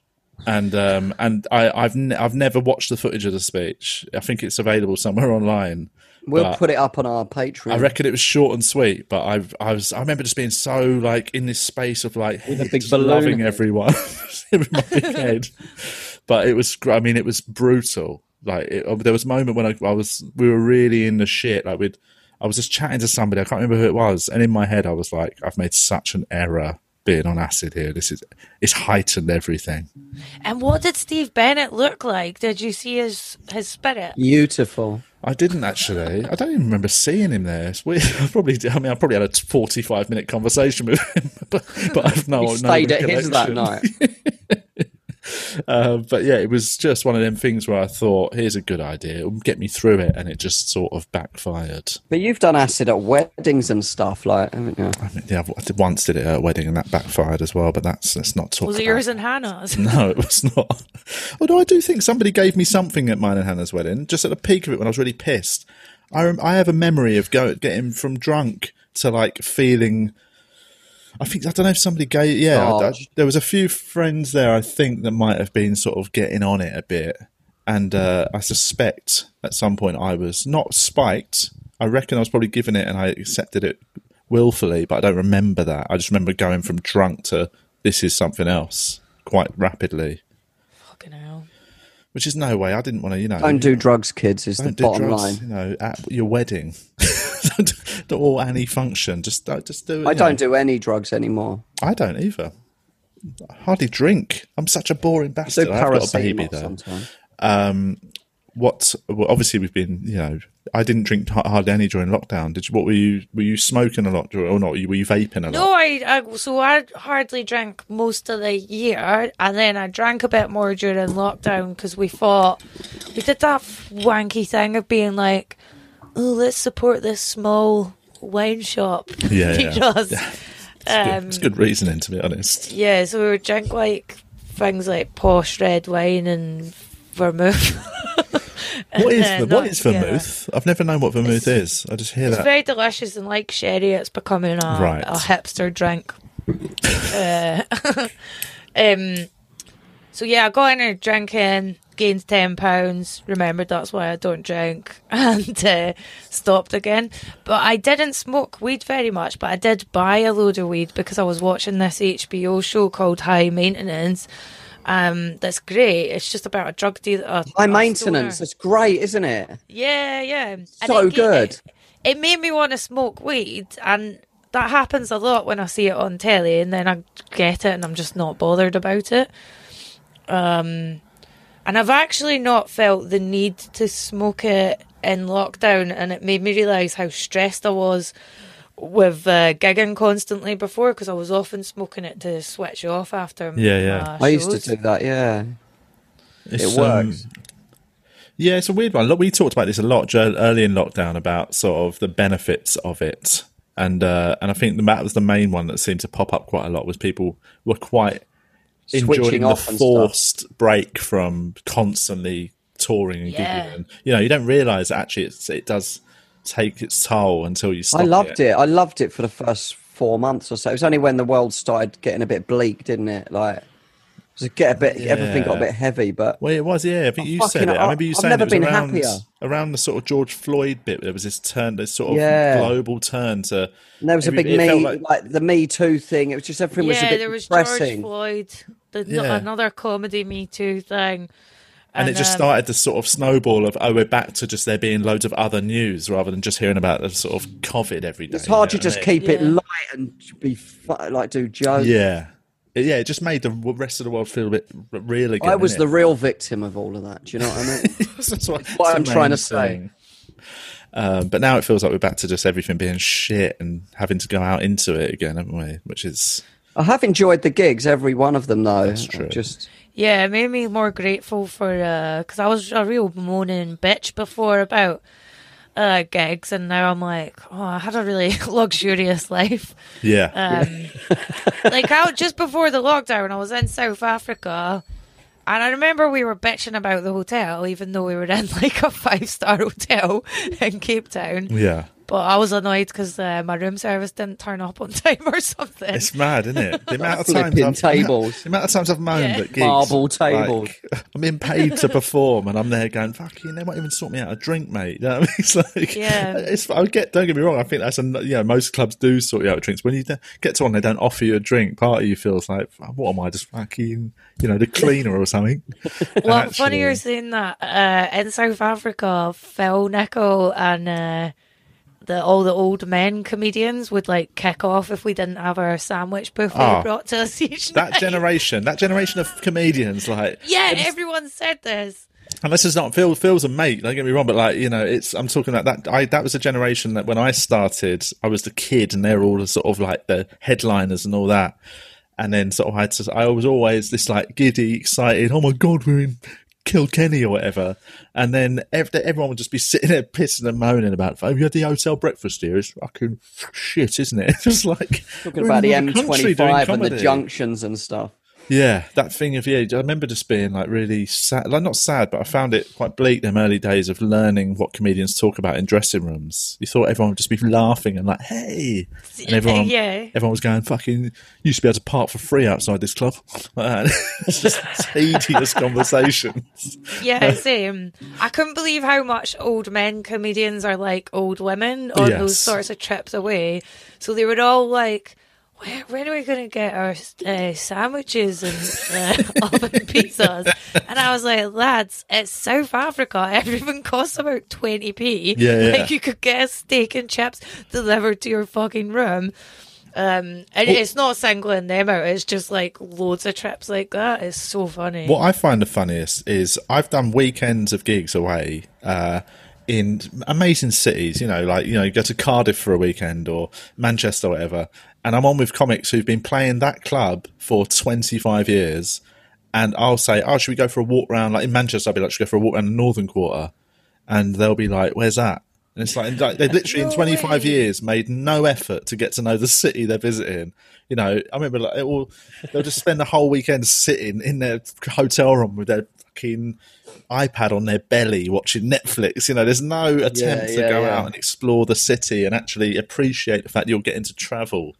And um, and I, I've ne- I've never watched the footage of the speech. I think it's available somewhere [LAUGHS] online.
We'll
but-
put it up on our Patreon.
I reckon it was short and sweet, but I I was I remember just being so like in this space of like
a big
just
balloon
loving
head.
everyone [LAUGHS] in
[LAUGHS]
my big head. But it was gr- I mean it was brutal. Like it, um, there was a moment when I, I was we were really in the shit. Like we'd I was just chatting to somebody I can't remember who it was, and in my head I was like I've made such an error being on acid here. This is it's heightened everything.
and what did Steve Bennett look like? Did you see his his spirit?
Beautiful.
I didn't actually. I don't even remember seeing him there. It's weird. [LAUGHS] I probably. I mean, I probably had a forty-five minute conversation with him, [LAUGHS] but, but I've no.
He
no
stayed at his that
recollection.
night.
Uh, but yeah, it was just one of them things where I thought, "Here's a good idea. It'll get me through it," and it just sort of backfired.
But you've done acid at weddings and stuff, like, haven't you?
I mean, yeah, I did- once did it at a wedding, and that backfired as well. But that's that's not talk.
Was it
about.
yours and Hannah's?
[LAUGHS] No, it was not. Although I do think somebody gave me something at mine and Hannah's wedding, just at the peak of it when I was really pissed. I rem- I have a memory of go- getting from drunk to like feeling. I think I don't know if somebody gave. Yeah, I- I-
Charged.
there was a few friends there. I think that might have been sort of getting on it a bit, and uh, I suspect at some point I was not spiked. I reckon I was probably given it and I accepted it willfully, but I don't remember that. I just remember going from drunk to this is something else quite rapidly,
Fucking hell.
which is no way. I didn't want to, you know.
Don't do drugs, kids, is the
don't do
bottom
drugs,
line.
you know, at your wedding. [LAUGHS] don't, do all any function. Just, don't- just do it.
I
you know.
don't do any drugs anymore.
I don't either. I hardly drink. I'm such a boring
So
bastard. I've got a baby
paracetamol
though.
sometimes.
What? Well, obviously, we've been. You know, I didn't drink ha- hardly any during lockdown. Did you? What were you? Were you smoking a lot during, or not? Were you vaping a
No,
lot?
I, I so I hardly drank most of the year, and then I drank a bit more during lockdown because we thought we did that wanky thing of being like, "Oh, let's support this small wine shop." [LAUGHS]
Yeah, yeah. [LAUGHS]
because
Good- it's
um,
good reasoning, to be
[LAUGHS]
honest.
yeah, so we would drink like things like posh red wine and vermouth.
What is
yeah,
the, what
not-
is
yeah.
vermouth? I've never known what vermouth is. I just hear
It's
that.
very delicious and like sherry, it's becoming a,
Right.
a hipster drink. Uh, [LAUGHS] um, so yeah, I got in there drinking, gained ten pounds. Remembered that's why I don't drink, [LAUGHS] and uh, stopped again. But I didn't smoke weed very much, but I did buy a load of weed because I was watching this HBO show called High Maintenance. Um, that's great. It's just about a drug dealer. a-
High
a
maintenance.
stoner.
That's great, isn't it?
Yeah, yeah. And
So
it ga-
good.
It, it made me want to smoke weed, and that happens a lot when I see it on telly, and then I get it, and I'm just not bothered about it. Um, and I've actually not felt the need to smoke it in lockdown, and it made me realise how stressed I was with uh, gigging constantly before because I was often smoking it to switch off after.
Yeah, yeah.
my
I used to
shows.
do that, yeah.
It's,
It works.
um, yeah, it's a weird one. Look, we talked about this a lot dur- early in lockdown about sort of the benefits of it, and uh, and I think the- that was the main one that seemed to pop up quite a lot was people were quite enjoying
Switching
the
off and stuff.
forced break from constantly touring and
Yeah.
gigging. And, you know, you don't realise actually it's, it does take its toll until you stop.
I loved it. I loved it for the first four months or so. It was only when the world started getting a bit bleak, didn't it? Like, it was a get a bit. Everything got a
Yeah.
bit heavy, but
Well, it was, yeah. I think you
fucking-
said it. I
I-
remember you
I've
saying
never
it was
been
around,
happier.
around the sort of George Floyd bit. There was this turn, this sort of
Yeah.
global turn to.
and there was a
every-
big
it
me,
felt
like... the Me Too thing. It was just everything was a
yeah,
bit
there was
depressing.
George Floyd, the,
Yeah.
another comedy Me Too thing.
and it just
um,
started this sort of snowball of oh we're back to just there being loads of other news rather than just hearing about the sort of COVID every day.
it's hard to
you know what
just
I mean?
keep it
Yeah.
light and be fu- like do jokes.
Yeah, It- yeah. It just made the w- rest of the world feel a bit r- real again.
I was the
innit?
real victim of all of that. Do you know what I mean?
[LAUGHS] That's what,
[LAUGHS] what I'm
that's the
trying
main
to say.
thing. Um, but now it feels like we're back to just everything being shit and having to go out into it again, haven't we? Which is
I have enjoyed the gigs, every one of them, though. That's
true.
Just
Yeah, it made me more grateful for because I was a real moaning bitch before about uh, gigs, and now I'm like, oh, I had a really [LAUGHS] luxurious life.
yeah.
Um, like out just before the lockdown, I was in South Africa, and I remember we were bitching about the hotel, even though we were in [LAUGHS] like a five star hotel in Cape Town.
yeah.
But I was annoyed because uh, my room service didn't turn up on [LAUGHS] time or something.
It's mad, isn't
[LAUGHS]
it? The amount of times
Flipping
I've,
tables.
the amount of times I've moaned
Yeah.
at gigs,
Marble tables.
like, [LAUGHS] I'm being paid to perform, and I'm there going, "Fucking, they won't even sort me out a drink, mate." [LAUGHS] You know what I mean? It's like,
Yeah.
it's, I get. Don't get me wrong. I think that's a you know most clubs do sort you out with drinks. When you de- get to one, they don't offer you a drink. Part of you feels like, "What am I? Just fucking, you know, the cleaner or something."
well,
Actually.
funny you're saying that. Uh, in South Africa, Phil Nicol and uh, the all the old men comedians would like kick off if we didn't have our sandwich buffet
Ah.
brought to us each
That
night.
generation, that generation of comedians, like
[LAUGHS] yeah, everyone said this.
And this is not Phil. Phil's a mate. Don't get me wrong, but like you know, it's I'm talking about that. I that was a generation that when I started, I was the kid, and they're all the sort of like the headliners and all that. And then sort of I had to, I was always this like giddy, excited. Oh my god, we're in Kilkenny or whatever. And then ev- everyone would just be sitting there pissing and moaning about. Have you had the hotel breakfast here? It's fucking shit, isn't it? [LAUGHS] It's just like
talking about the M25 and the
junk.
junctions and stuff.
Yeah, that thing of yeah, I remember just being like really sad, like not sad, but I found it quite bleak. Them early days of learning what comedians talk about in dressing rooms. You thought everyone would just be laughing and like, "Hey," and everyone,
Yeah.
everyone was going, "Fucking, you used to be able to park for free outside this club." [LAUGHS] Like that. it's just tedious conversations.
Yeah, same. I couldn't believe how much old men comedians are like old women on
Yes.
those sorts of trips away. So they were all like, where, when are we going to get our uh, sandwiches and uh, [LAUGHS] oven pizzas? And I was like, lads, it's South Africa. [LAUGHS] Everything costs about 20p.
Yeah, yeah.
Like, you could get a steak and chips delivered to your fucking room. Um, and it's not singling them out. It's just like loads of trips like that. It's so funny.
What I find the funniest is I've done weekends of gigs away uh, in amazing cities. You know, like you know, you go to Cardiff for a weekend or Manchester, or whatever. And I'm on with comics who've been playing that club for 25 years. And I'll say, "Oh, should we go for a walk round?" Like in Manchester, I'll be like, "Should we go for a walk round the Northern Quarter?" And they'll be like, "Where's that?" And it's like, like they've literally in
No
25
way.
years made no effort to get to know the city they're visiting. You know, I remember like, it all, they'll just spend the whole weekend sitting in their hotel room with their fucking iPad on their belly watching Netflix. You know, there's no attempt to
yeah,
go
yeah.
out and explore the city and actually appreciate the fact you're getting to travel.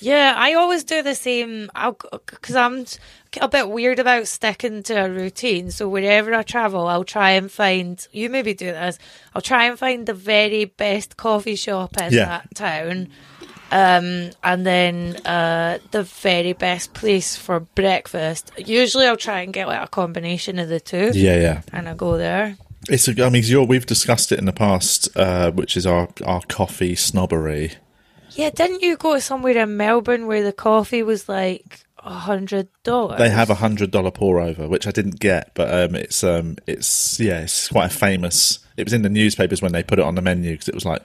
Yeah, I always do the same. I'll because I'm a bit weird about sticking to a routine. So wherever I travel, I'll try and find. You maybe do this. I'll try and find the very best coffee shop in
Yeah.
that town, um, and then uh, the very best place for breakfast. Usually, I'll try and get like a combination of the two.
yeah.
and I go there.
It's a, I mean, 'cause you're, we've discussed it in the past, uh, which is our, our coffee snobbery.
Yeah, didn't you go somewhere in Melbourne where the coffee was like a hundred dollars?
They have a hundred dollar pour over, which I didn't get, but um, it's um, it's yeah, it's quite a famous. It was in the newspapers when they put it on the menu because it was like,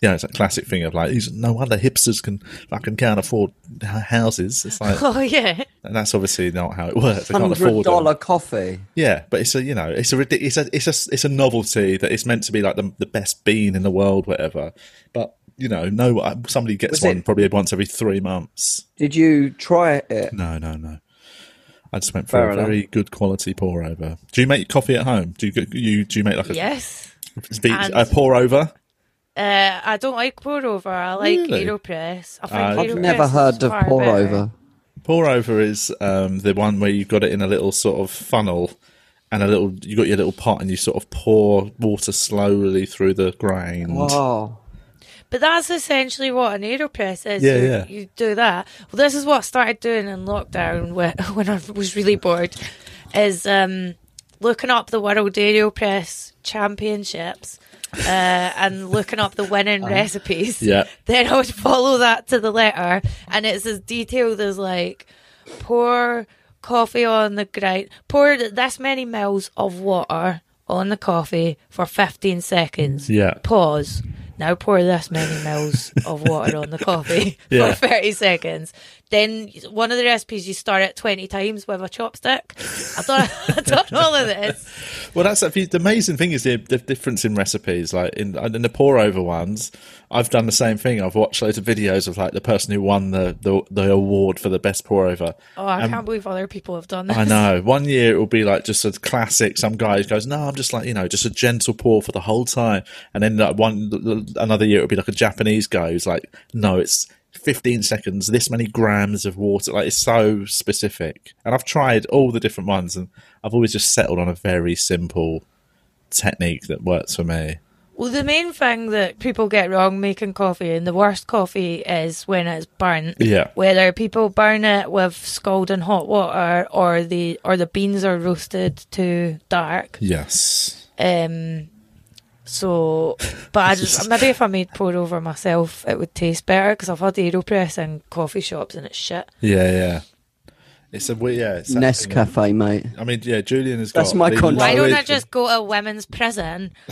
you know, it's a classic thing of like, these, no other hipsters can fucking can't afford h- houses. It's
[LAUGHS]
like,
[LAUGHS] Oh yeah.
and that's obviously not how it works. They can't
Hundred
afford them.
dollar coffee.
Yeah, but it's a you know it's a ridic- it's a it's a it's a novelty that it's meant to be like the the best bean in the world, whatever. But you know, no, I- somebody gets
Was
one
it-
probably once every three months.
Did you try it?
No, no, no. I just went for
Fair
a
enough.
very good quality pour over. Do you make coffee at home? Do you go- you do you make like a,
Yes.
be-
and-
a pour over?
Uh, I don't like pour over. I like
Really?
Aeropress. I
I've
think Aeropress
I've never
is
heard of
far
pour
better.
over.
Pour over is um, the one where you've got it in a little sort of funnel and a little you got your little pot and you sort of pour water slowly through the grind.
Wow.
But that's essentially what an Aeropress is.
Yeah,
you,
yeah.
you do that. Well, this is what I started doing in lockdown wh- [LAUGHS] when I was really bored, is um, looking up the World Aeropress Championships uh, and looking up
[LAUGHS]
the winning recipes.
Uh-huh. yeah.
Then I would follow that to the letter, and it's as detailed as like pour coffee on the grind, pour this many mils of water on the coffee for 15 seconds.
Yeah.
Pause. Now pour this many mils of water on the coffee [LAUGHS]
Yeah.
for 30 seconds. Then one of the recipes you start it 20 times with a chopstick. I've done, [LAUGHS] I've done all of this.
Well, that's the the amazing thing is the, the difference in recipes. Like in, in the pour over ones, I've done the same thing. I've watched loads of videos of like the person who won the the, the award for the best pour over.
Oh, I
And
can't believe other people have done this.
Um, I know. One year it will be like just a classic. Some guy goes, "No, I'm just like you know, just a gentle pour for the whole time." And then like one another year it will be like a Japanese guy who's like, "No, it's 15 seconds, this many grams of water." Like it's so specific. And I've tried all the different ones, and I've always just settled on a very simple technique that works for me.
Well, the main thing that people get wrong making coffee, and the worst coffee is when it's burnt.
Yeah.
Whether people burn it with scalding hot water, or the or the beans are roasted too dark.
Yes.
Um. So, but I just maybe if I made pour over myself, it would taste better because I've had Aeropress in coffee shops and it's shit.
Yeah, yeah. It's a weird. Yeah, it's that thing of-
Nescafe, mate.
I mean, yeah, Julian has
That's
got
my
the
contract.
Why
I
don't
lowest-
I just go to a women's prison? [LAUGHS]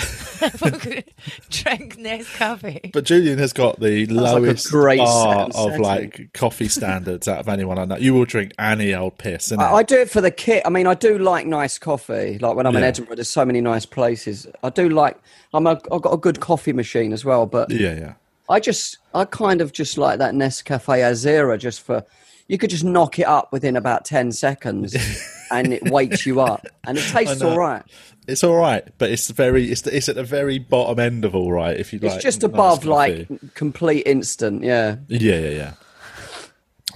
drink Nescafe.
But Julian has got the
like a
lowest
great
bar
set and
of
setting.
like coffee standards out of anyone I know. You will drink any old piss, and
I, I do it for the kit. I mean, I do like nice coffee. Like when I'm in
Yeah.
Edinburgh, there's so many nice places. I do like. I'm a. I've got a good coffee machine as well, but
yeah, yeah,
I just. I kind of just like that Nescafe Azera just for. you could just knock it up within about 10
[LAUGHS]
seconds and it wakes you up and it tastes
know.
all right.
It's all right, but it's very it's it's at the very bottom end of all right. If you
It's
like,
just
nice
above
coffee.
like complete instant. Yeah.
yeah, yeah, yeah.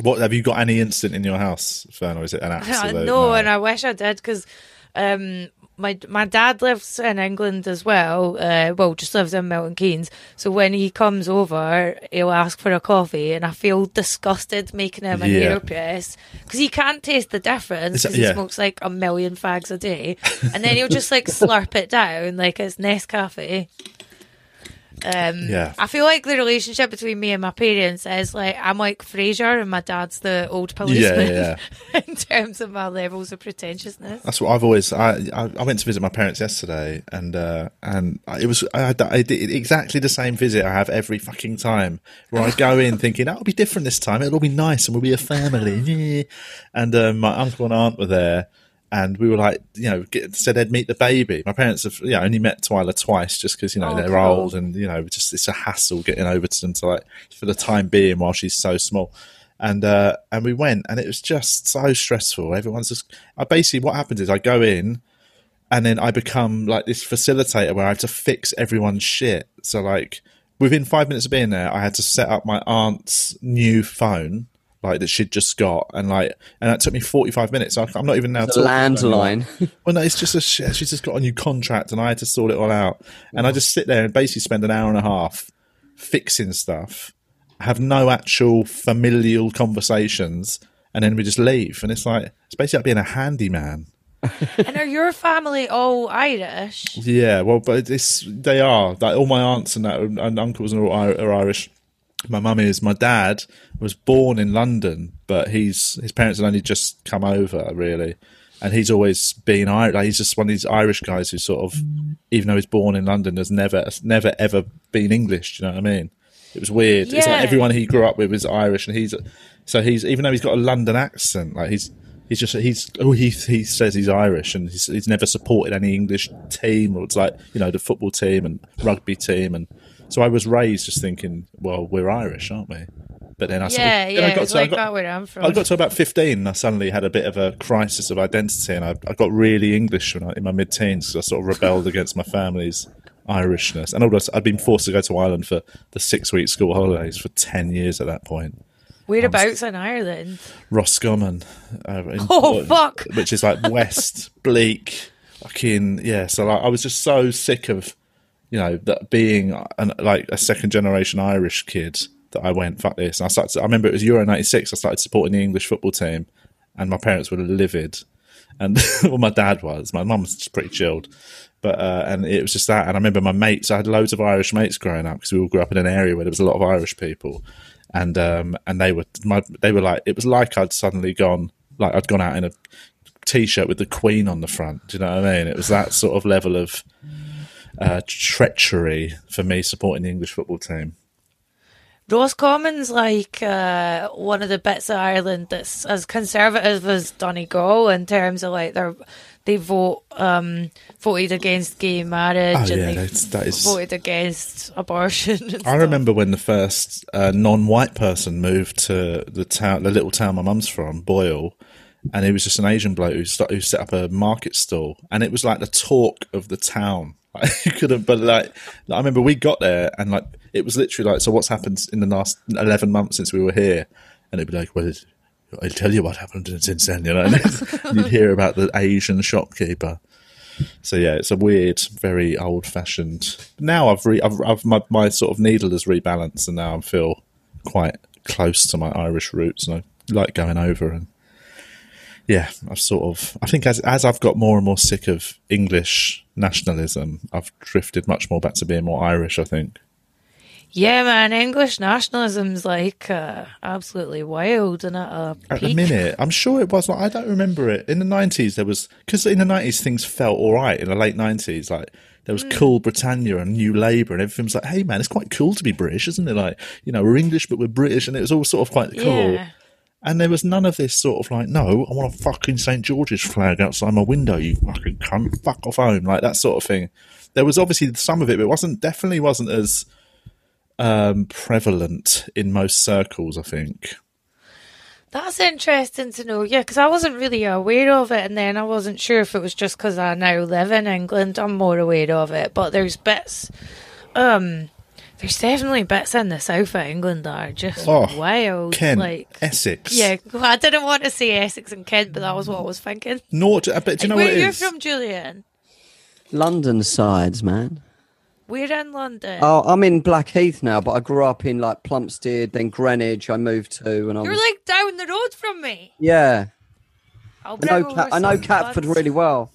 What have you got any instant in your house, Fern, or is it an absolute?
Uh, no, and I wish I did because um, my my dad lives in England as well. Uh, well, just lives in Milton Keynes. So when he comes over, he'll ask for a coffee, and I feel disgusted making him an
Yeah.
earpiece because he can't taste the
It's-
difference 'cause he
yeah.
smokes like a million fags a
[LAUGHS]
day, and then he'll just like slurp it down like it's Nescafe. Um,
Yeah.
I feel like the relationship between me and my parents is like I'm like Fraser and my dad's the old
yeah,
policeman
yeah, yeah.
[LAUGHS] in terms of my levels of pretentiousness.
That's what I've always. I, I I went to visit my parents yesterday, and uh, and I- it was I had that- I did exactly the same visit I have every fucking time, where I go in thinking that'll be different this time. It'll be nice, and we'll be a family. [LAUGHS] Yeah. and uh, my uncle and aunt were there, and we were like, you know, get, said they'd meet the baby. My parents have yeah only met Twyla twice, just because you know
Oh,
they're
cool.
old and you know just it's a hassle getting over to them to like for the time being while she's so small and uh, and we went, and it was just so stressful. Everyone's just. I basically what happens is I go in, and then I become like this facilitator where I have to fix everyone's shit. So like within five minutes of being there, I had to set up my aunt's new phone. Like that she'd just got, and like, and that took me forty five minutes. So I- I'm not even now.
The
talking to anyone.
landline. [LAUGHS]
Well, no, it's just a shit. She's just got a new contract, and I had to sort it all out. And I just sit there and basically spend an hour and a half fixing stuff, have no actual familial conversations, and then we just leave. And it's like it's basically like being a handyman.
and are your family
[LAUGHS]
all Irish?
Yeah, well, but it's they are like all my aunts and that and uncles are, all Ir- are Irish. My mum is. My dad was born in London, but he's his parents had only just come over really, and he's always been Irish. Like, he's just one of these Irish guys who sort of, even though he's born in London, has never never ever been English. Do you know what I mean? It was weird. It's
Yeah.
like everyone he grew up with is Irish, and he's so he's even though he's got a London accent, like he's he's just he's oh he he says he's Irish, and he's, he's never supported any English team or it's like you know the football team and rugby team, and so I was raised just thinking, well, we're Irish, aren't we? But then I sort of-
Yeah,
then
yeah,
I got
it's
to, I
like
got-
that where I'm from.
I got to about 15 and I suddenly had a bit of a crisis of identity and I, I got really English when I, in my mid teens because I sort of rebelled against my family's Irishness. And also, I'd been forced to go to Ireland for the six week school holidays for 10 years at that point.
Whereabouts in Ireland?
Roscommon. Uh, in-
Oh, fuck.
Which is like
[LAUGHS]
West, bleak, fucking, yeah. So like, I was just so sick of, you know, that being an, like a second generation Irish kid that I went, fuck this. And I started, to- I remember it was Euro 96. I started supporting the English football team and my parents were livid. And [LAUGHS] well, my dad was. My mum's just pretty chilled, but uh, and it was just that. And I remember my mates. I had loads of Irish mates growing up because we all grew up in an area where there was a lot of Irish people, and um, and they were my they were like it was like I'd suddenly gone like I'd gone out in a t-shirt with the Queen on the front. Do you know what I mean? It was that sort of level of uh, treachery for me supporting the English football team.
Roscommon's like uh, one of the bits of Ireland that's as conservative as Donegal in terms of like their they vote um, voted against gay marriage
Oh
and
yeah,
they
that's, that is.
voted against abortion.
[LAUGHS]
and
I
stuff.
remember when the first uh, non-white person moved to the town, the little town my mum's from, Boyle, and he was just an Asian bloke who, sta- who set up a market stall, and it was like the talk of the town. [LAUGHS] Like, you couldn't, but like, I remember we got there, and like, it was literally like, so what's happened in the last eleven months since we were here? And it'd be like, well. It, I'll tell you what happened since then, you know. And [LAUGHS] it's- you'd hear about the Asian shopkeeper. So yeah, it's a weird, very old-fashioned. Now I've re, I've, I've my, my sort of needle has rebalanced, and now I feel quite close to my Irish roots, and I like going over. And yeah, I've sort of. I think as as I've got more and more sick of English nationalism, I've drifted much more back to being more Irish. I think.
Yeah, man, English nationalism's like uh, absolutely wild and at a
At the
peak.
minute, I'm sure it was like I don't remember it. In the 90s, there was because in the 90s things felt all right. In the late 90s, like there
Hmm.
was cool Britannia and New Labour, and everything was like, "Hey, man, it's quite cool to be British, isn't it?" Like you know, we're English but we're British, and it was all sort of quite cool.
Yeah.
And there was none of this sort of like, "No, I want a fucking St George's flag outside my window, you fucking cunt, fuck off home," like that sort of thing. There was obviously some of it, but it wasn't definitely wasn't as um, prevalent in most circles. I think.
That's interesting to know. Yeah, because I wasn't really aware of it, and then I wasn't sure if it was just because I now live in England. I'm more aware of it, but there's bits. Um, there's definitely bits in the south of England that are just
Oh,
wild.
Kent,
like,
Essex.
yeah, [LAUGHS] I didn't want to say Essex and Kent, but that was what I was thinking.
Naught, uh, but do you know
Where
what it
you're
is?
from, Julian?
London sides, man.
We're in London.
Oh, I'm in Blackheath now, but I grew up in like Plumstead, then Greenwich. I moved to, and I
you're
was
like down the road from me.
yeah.
I'll
I know,
bring
Ca-
over
I know
some
Catford
buns.
really well.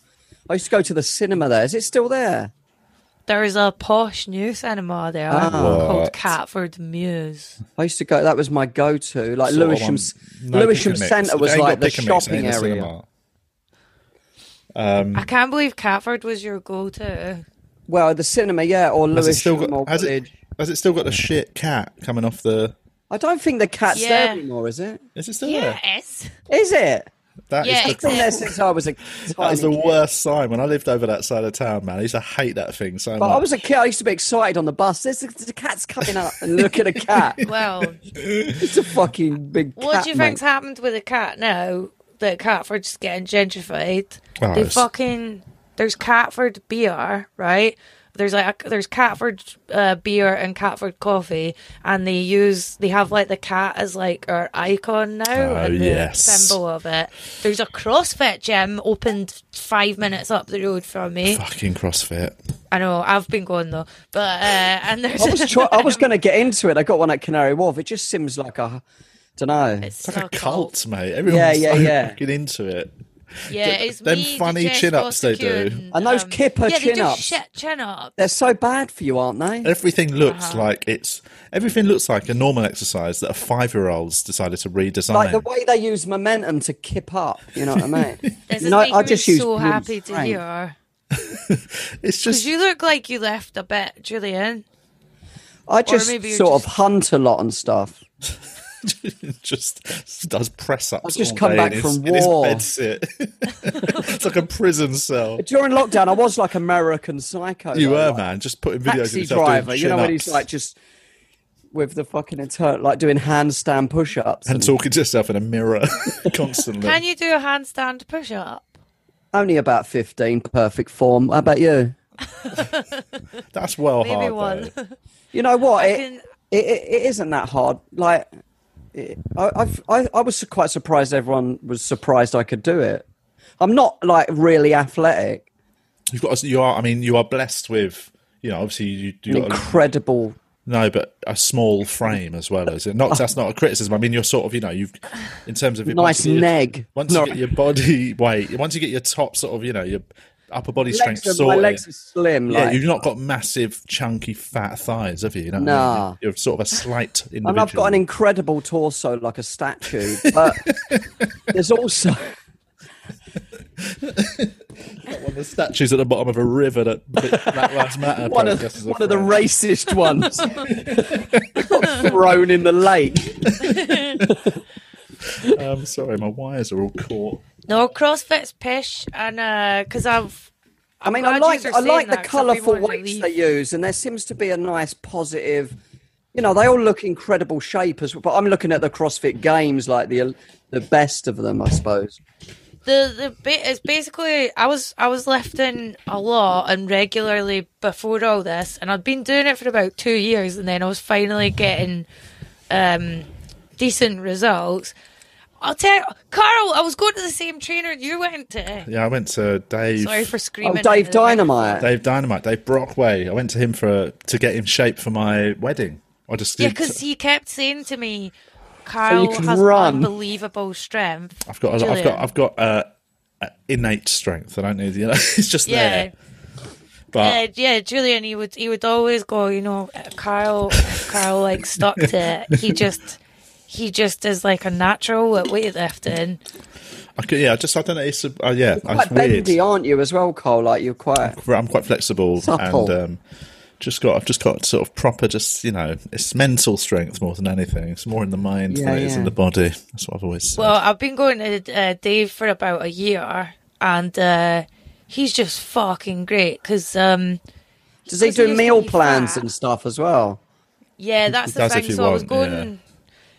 I used to go to the cinema there. Is it still there?
There's a posh new cinema there
Ah.
What?
called Catford Muse.
I used to go. That was my go-to. Like
Sort of
Lewisham,
on- no
Lewisham
pick and mix.
Centre was
They ain't got
like the
pick and mix, they
shopping
ain't the
area.
cinema.
I can't believe Catford was your go-to.
Well, the cinema, yeah, or
Has it
Lewisham
still
or
got? Has it,
Woolwich.
has it still got the shit cat coming off the?
I don't think the cat's
Yeah.
there anymore, is it?
Is it still there?
Yes.
Is it?
That is the-
Yeah, it's
It's been there since I was a
[LAUGHS] that was the
tiny kid.
worst sign when I lived over that side of town, man. I used to hate that thing so
But
much.
I was a kid. I used to be excited on the bus. There's a, there's a cat's coming up, and look at
[LAUGHS]
a cat.
Well,
It's a fucking big cat.
what do you think's
mate.
happened with the cat now that Catford's getting gentrified?
Oh,
they
it's-
fucking there's Catford beer, right? There's like a, there's Catford uh, beer and Catford coffee, and they use they have like the cat as like our icon now
Oh,
and the
yes.
symbol of it. There's a CrossFit gym opened five minutes up the road from me.
fucking CrossFit.
I know I've been going though, but uh, and there's
I was
[LAUGHS]
try- I was going to get into it. I got one at Canary Wharf. It just seems like a, don't know.
It's
It's like
so
a
cool.
cult, mate. Everyone's
yeah,
so
yeah.
fucking into it.
Yeah, it's
them
me,
funny
Jess
chin-ups they do.
Rosicrucian,
And those kipper
yeah, they do
chin-ups.
shit chin ups.
They're so bad for you, aren't they?
Everything looks
Uh-huh.
like it's everything looks like a normal exercise that a five year old's decided to redesign.
Like the way they use momentum to kip up. You know what
[LAUGHS]
I mean?
This
You
is
know,
making me
use
so
Bruce
happy to
Frank.
hear.
it's
Because
just
you look like you left a bit, Julian.
I just
maybe you're
sort of
just-
hunt a lot and stuff.
just does press ups.
I've just come back
in
from
his, in his
war.
bed sit. [LAUGHS] it's like a prison cell.
During lockdown, I was like American Psycho.
You
though,
were
like,
man, just putting videos of
Taxi
yourself doing
driver. You know when he's
chin-ups
like just with the fucking internal, like doing handstand push-ups.
and
And
talking to yourself in a mirror [LAUGHS] constantly.
Can you do a handstand push up?
only about fifteen, perfect form. How about you?
That's well
Maybe
hard.
one.
though.
You know what? It,
can-
it, it, it isn't that hard. Like, it, I, I've, I, I was quite surprised everyone was surprised I could do it. I'm not like really athletic,
You've got. You are. I mean, you are blessed with. You know, obviously, you, you
an
got a
incredible.
No, but a small frame as well as it. Not that's not a criticism. I mean, you're sort of you know you've in terms of it,
Nice
once you get your-
neg.
Once you get your body weight, once you get your top sort of you know your upper body strength
Legs are, my
sorted.
legs are slim.
yeah,
like,
you've not got massive, chunky, fat thighs, have you? you know what I mean?
Nah.
you're sort of a
[LAUGHS]
slight individual.
and I've got an incredible torso like a statue,
[LAUGHS]
but there's also
one of the statues at the bottom of a river that Black
[LAUGHS]
Lives Matter.
one of,
protesters are
one of the
from. [LAUGHS]
racist ones
[LAUGHS]
got thrown in the lake.
Um, sorry, my wires are all caught.
No, CrossFit's pish.
uh,
And because I've.
I mean,
glad
I like
yous are
I like
saying
the
that 'cause I've been
colourful
wanting to
weights
leave.
they use, and there seems to be a nice positive. You know, they all look incredible shape as well. But I'm looking at the CrossFit Games, like the the best of them, I suppose.
The the bit is basically I was I was lifting a lot and regularly before all this, and I'd been doing it for about two years, and then I was finally getting um, decent results. I'll tell Carl, I was going to the same trainer you went to.
Yeah, I went to Dave.
Sorry for screaming.
Oh, Dave
into the mic.
Dynamite.
Dave Dynamite, Dave Brockway. I went to him for to get in shape for my wedding. I just
Yeah,
did-
because he kept saying to me, Carl
can
has
run.
unbelievable strength.
I've got, I've got,
Julian.
I've got uh, uh, innate strength. I don't need, you know, [LAUGHS] it's just
Yeah.
there. But
Uh, yeah, Julian, he would he would always go, you know, Carl, Carl like stuck to it. He just he just is like a natural at weightlifting.
I could, yeah, I just, I don't know. It's, a- uh, yeah,
Quite
it's weird.
bendy, aren't you, as well, Cole? Like you're quite.
I'm quite
[LAUGHS]
flexible
Supple.
and um, just got, I've just got sort of proper, just you know, it's mental strength more than anything. It's more in the mind
Yeah,
than it is in
yeah.
the body. That's what I've always said.
Well, I've been going to uh, Dave for about a year, and uh, he's just fucking great because um,
Does he
Because
do
he used to
meal
be
plans
fat.
and stuff as well?
Yeah, that's the
does if
thing.
you
So I was
want,
going.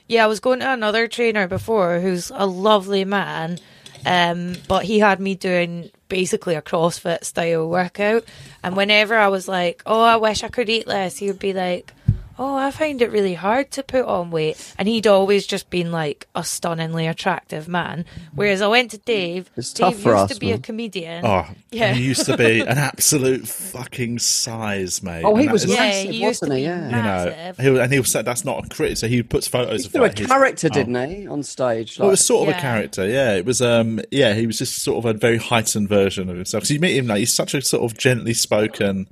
Yeah, I was going to another trainer before who's a lovely man, um, but he had me doing basically a CrossFit style workout. And whenever I was like, oh, I wish I could eat less, he would be like, oh, I find it really hard to put on weight. And he'd always just been like a stunningly attractive man. Whereas I went to Dave,
It's
Dave
tough
used
for us,
to be a
man.
comedian.
Oh,
Yeah.
he used to
[LAUGHS]
be an absolute fucking size, mate.
Oh, he
And that
was
is-
yeah,
massive,
he used to
wasn't
be
he? Yeah.
you know,
massive.
he, was- and he was that's not a critic. So he puts photos
He
of
threw a
like, his-
character,
oh.
didn't he, on stage?
Well, it
Like,
was sort of
Yeah.
a character, yeah. It was, um, yeah. He was just sort of a very heightened version of himself. So you meet him like he's such a sort of gently spoken,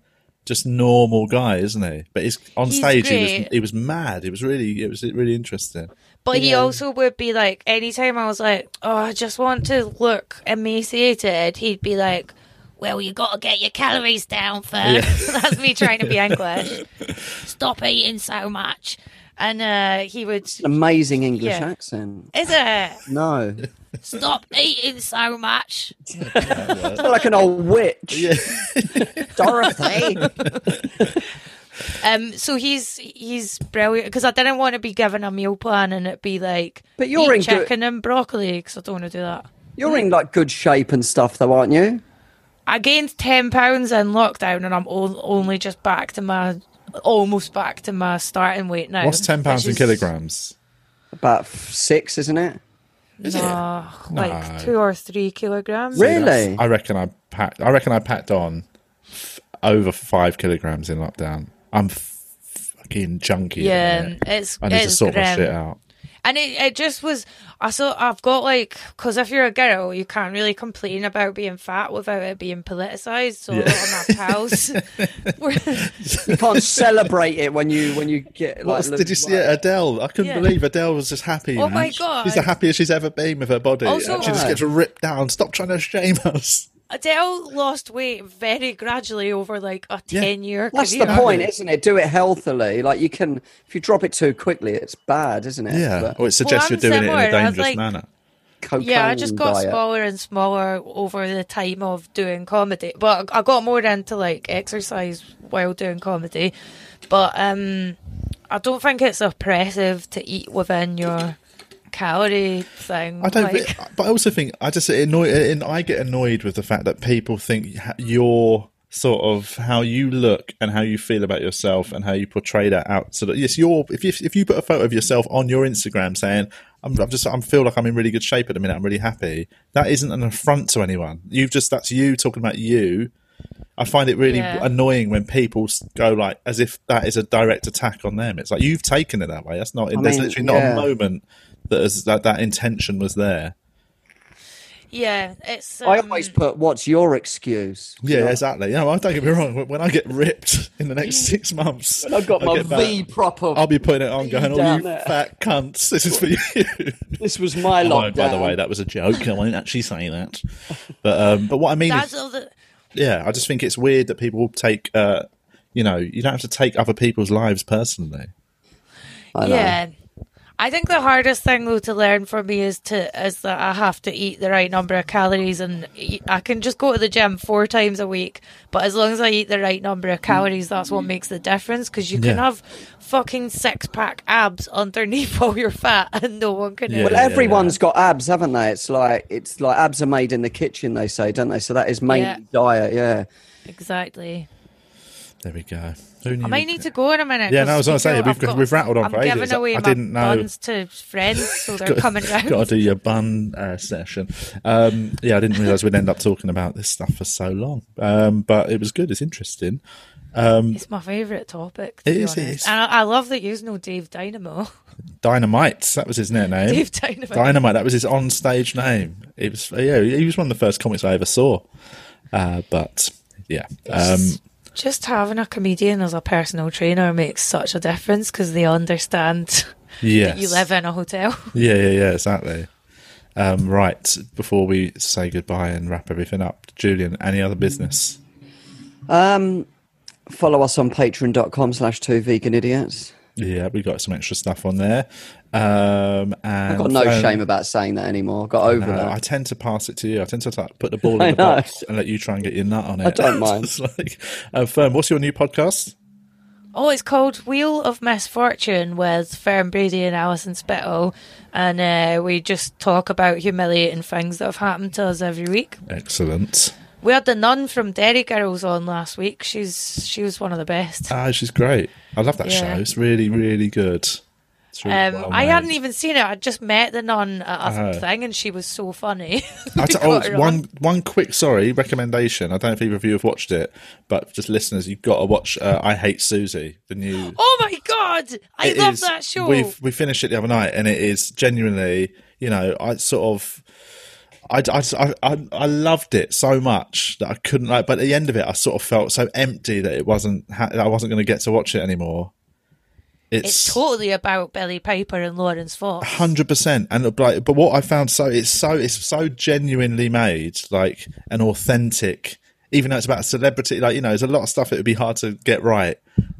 just normal guy, isn't he? But he's on
He's
stage. He was
great.
he was mad. It was really it was really interesting.
But he also would be like, anytime I was like, oh, I just want to look emaciated, he'd be like,
Well, you gotta get your calories down first.
[LAUGHS] that's me
[LAUGHS]
trying to be English.
Stop eating so much.
And uh, he would, is
an amazing English
Yeah.
accent.
it?
No,
Stop eating so much.
it's not like an old witch. [LAUGHS] Dorothy.
Um, so he's he's brilliant because I didn't want to be given a meal plan and it'd be like,
But you're
eat
in good-
chicken and broccoli because I don't want to do that.
You're in like good shape and stuff, though, aren't you?
I gained ten pounds in lockdown and I'm on, only just back to my almost back to my starting weight now.
What's ten pounds
which
in
is,
kilograms?
About f- six, isn't it?
uh,
No.
Like two or three kilograms.
Really?
I reckon I packed. I reckon I packed on f- over five kilograms in lockdown. I'm f- fucking junky. at the
Yeah,
minute.
it's-
I need to
it's
sort my
grim.
shit out.
And it, it just was. I saw. I've got like because if you're a girl, you can't really complain about being fat without it being politicised. So a lot of my
[LAUGHS]
pals, were,
You can't celebrate it when you when you get like.
What's,
look-
did you see it, Adele? I couldn't
Yeah.
believe Adele was just happy.
Oh
man.
my
She-
God. Oh,
she's the happiest she's ever been with her body.
Also-
and she just gets ripped down. Stop trying to shame us.
Adele lost weight very gradually over like a
Yeah.
ten year.
That's the point, isn't it? Do it healthily. Like you can, if you drop it too quickly, it's bad, isn't it?
Yeah, Oh,
But
or it suggests
Well,
you're doing it in
I'm
a
similar. I was
dangerous
like-
manner.
cocaine
Yeah, I just got
diet.
smaller and smaller over the time of doing comedy. But I got more into like exercise while doing comedy. But um I don't think it's oppressive to eat within your calorie thing.
I don't,
like,
but I also think I just annoy, and I get annoyed with the fact that people think ha- your sort of how you look and how you feel about yourself and how you portray that out. So that yes, your if you, if you put a photo of yourself on your Instagram saying I'm, I'm just I am feel like I'm in really good shape at the minute, I'm really happy. That isn't an affront to anyone. You've just that's you talking about you. I find it really
Yeah.
annoying when people s- go like as if that is a direct attack on them. It's like you've taken it that way. That's not. there's
mean,
literally not
yeah.
a moment that, is, that that intention was there.
yeah, it's um,
I always put, "What's
[LAUGHS]
your excuse?"
Yeah, exactly. Yeah, well, don't get me wrong. When- When I get ripped in the next six months,
I've got
I'll
my
get back.
V proper.
I'll be putting it on, going, "All
down
you
there."
fat cunts, this is for you."
[LAUGHS] this was my
Oh,
lockdown.
by the way, that was a joke. I won't actually say that. But um, but what I mean
that's
is,
all the
yeah, I just think it's weird that people take, uh, you know, you don't have to take other people's lives personally.
I know.
Yeah. I think the hardest thing though to learn for me is to is that I have to eat the right number of calories and eat, I can just go to the gym four times a week, but as long as I eat the right number of calories, that's what makes the difference. Because you can
Yeah.
have fucking six pack abs underneath all your fat, [LAUGHS] and no one can.
Yeah.
Well,
ever-
everyone's got abs, haven't they? It's like it's like abs are made in the kitchen, they say, don't they? So that is mainly
Yeah.
diet. Yeah,
Exactly.
There we go. Who knew
I
we-
might need to go in a minute.
Yeah,
'cause
no, I was gonna
you
say,
know,
we've
I've
got- we've rattled on
I'm
for ages.
giving away
I
my
didn't know-
buns to friends, so they're coming
[LAUGHS]
round.
Got to do your bun uh, session. Um, yeah, I didn't realise we'd end up talking about this stuff for so long, um, but it was good. It's interesting.
It's my favourite topic. To
It
be
is, it
honest.
is.
and I, I love that you know Dave Dynamo. [LAUGHS]
Dynamite, that was his net name.
Dave Dynamite.
Dynamite, that was his on-stage name. It was yeah, he was one of the first comics I ever saw. Uh, but yeah, um,
Just having a comedian as a personal trainer makes such a difference because they understand
yes.
that you live in a hotel. [LAUGHS]
Yeah, yeah, yeah, exactly. Um, right, before we say goodbye and wrap everything up, Julian, any other business?
Mm. follow us on patreon.com slash two vegan idiots.
Yeah, we got some extra stuff on there. Um, and
I've got no
um,
shame about saying that anymore. I got over
No, I
that.
tend to pass it to you. I tend to like, put the ball
[LAUGHS] I
in the [LAUGHS]
know.
box and let you try and get your nut on it.
don't mind.
It's like, uh, Fern, what's your new podcast?
Oh, it's called Wheel of Misfortune with Fern Brady and Alison Spittle, and uh, we just talk about humiliating things that have happened to us every week.
Excellent.
We had the nun from Derry Girls on last week. She's she was one of the best.
Ah, she's great. I love that
Yeah.
show. It's really, really good. It's really
Um,
well
I
made.
hadn't even seen her. I'd just met the nun at a
Uh-huh.
thing, and she was so funny. [LAUGHS]
I t-
We
oh,
got her
one
on.
one quick sorry recommendation. I don't know if either of you have watched it, but just listeners, you've got to watch. Uh, I hate Susie, the new.
Oh my god! I
It
love
is-
that show.
We've, we finished it the other night, and it is genuinely, you know, I sort of. I, I, I, I loved it so much that I couldn't like. But at the end of it, I sort of felt so empty that it wasn't. Ha- that I wasn't going to get to watch it anymore.
It's totally about Billy Piper and Lawrence Fox.
hundred percent. And like, but what I found so it's so it's so genuinely made, like an authentic. Even though it's about a celebrity, like you know, there's a lot of stuff it would be hard to get right,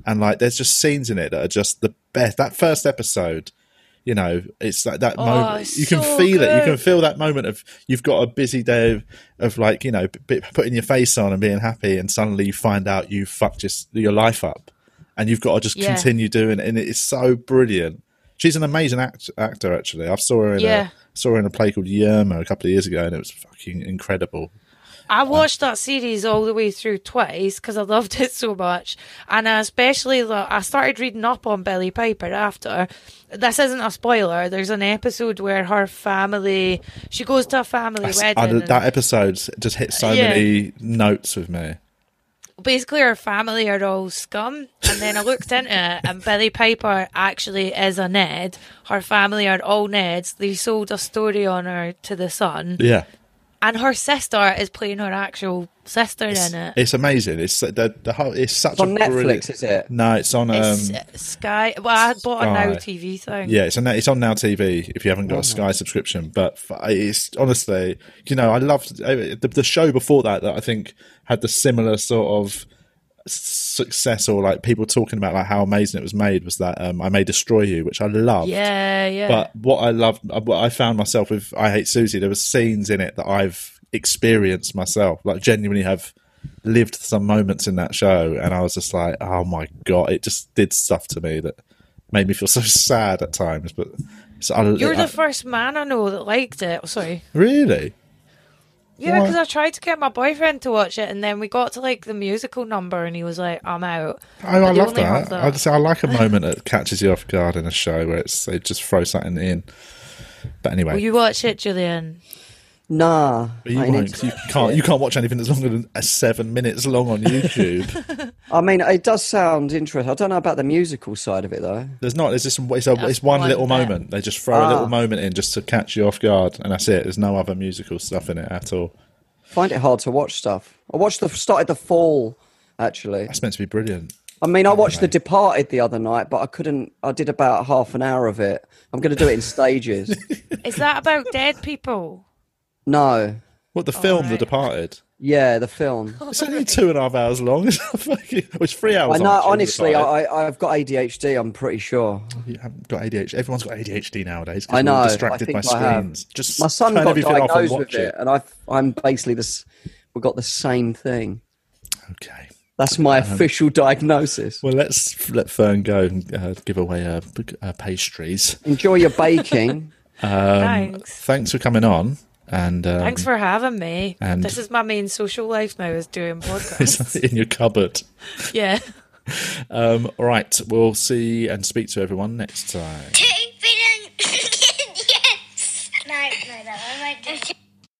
and like there's just scenes in it that are just the best. That first episode, you know, it's like that moment.
Oh, it's
You can
so
feel it. You
good.
can feel that moment of you've got a busy day of, of like you know, b- b- putting your face on and being happy, and suddenly you find out you fucked your, s- your life up, and you've got to just
Yeah.
continue doing it. And it's so brilliant. She's an amazing act- actor, actually. I saw her in
Yeah.
a saw her in a play called Yerma a couple of years ago, and it was fucking incredible.
I watched that series all the way through twice because I loved it so much, and I especially lo- I started reading up on Billy Piper after. This isn't a spoiler. There's an episode where her family she goes to a family
That's-
wedding.
I-
and-
that episode just hit so
Yeah.
many notes with me.
basically her family are all scum and then i looked into it and billy piper actually is a ned her family are all neds they sold a story on her to the sun
Yeah,
and her sister is playing her actual sister
it's,
in it
it's amazing. It's the, the whole. It's such a
on Netflix,
brilliant-
is it?
No, it's on.
it's
um,
uh, sky well i had bought a now
Sky.
tv thing
yeah, it's on. It's on Now TV. If you haven't got a Sky subscription, but f- it's honestly, you know, I loved uh, the, the show before that. That I think had the similar sort of success or like people talking about like how amazing it was made was that um, I may destroy you, which I loved.
yeah yeah
But what I love, what I found myself with I Hate Susie, there were scenes in it that I've experienced myself, like genuinely have lived some moments in that show, and I was just like, oh my god, it just did stuff to me that made me feel so sad at times. But so I,
you're
I-
the first man I know that liked it. Oh, sorry.
really,
Yeah,
Why?
because I tried to get my boyfriend to watch it, and then we got to like the musical number, and he was like, "I'm out."
I,
But
I
they
love
only have
that. I just, I like a moment that catches you off guard in a show where it's they just throw something in. But anyway,
Will
you,
you watch it, Julian?
Nah,
you,
I, need
won't,
to-
you can't. You can't watch anything that's longer than uh, seven minutes long
[LAUGHS]
on YouTube.
I mean, it does sound interesting. I don't know about the musical side of it though.
There's not. There's just some. It's, a, it's one,
one
little
bit.
moment. They just throw a
Ah.
little moment in just to catch you off guard, and that's it. There's no other musical stuff in it at all.
Find it hard to watch stuff. I watched the started the fall actually.
That's meant to be brilliant.
I mean, I watched The Departed the other night, but I couldn't. I did about half an hour of it. I'm going to do it
[LAUGHS]
in stages.
Is that about dead people?
no,
What the film, The
right.
Departed?
yeah, the film.
It's only two and a half hours long. [LAUGHS] It's, not fucking, well, it's three hours.
I know.
long,
Honestly,
The
I,
Departed.
I, I've got ADHD. I'm pretty sure.
you haven't got ADHD. Everyone's got ADHD nowadays. 'cause
I
we're all
know. I
distracted
think
by
I have.
screens. Just
My son
turn
got
everything off and
diagnosed
watch
with it, and I've, I'm basically this. We got the same thing.
Okay. [LAUGHS]
That's my official diagnosis.
Well, let's let Fern go and uh, give away her, her pastries.
Enjoy your baking.
Thanks.
Thanks for coming on. And um,
Thanks for having me.
and-
this is my main social life now is
[LAUGHS]
doing podcasts.
in your cupboard.
yeah.
Um, all right, we'll see and speak to everyone next time.
Titty [LAUGHS]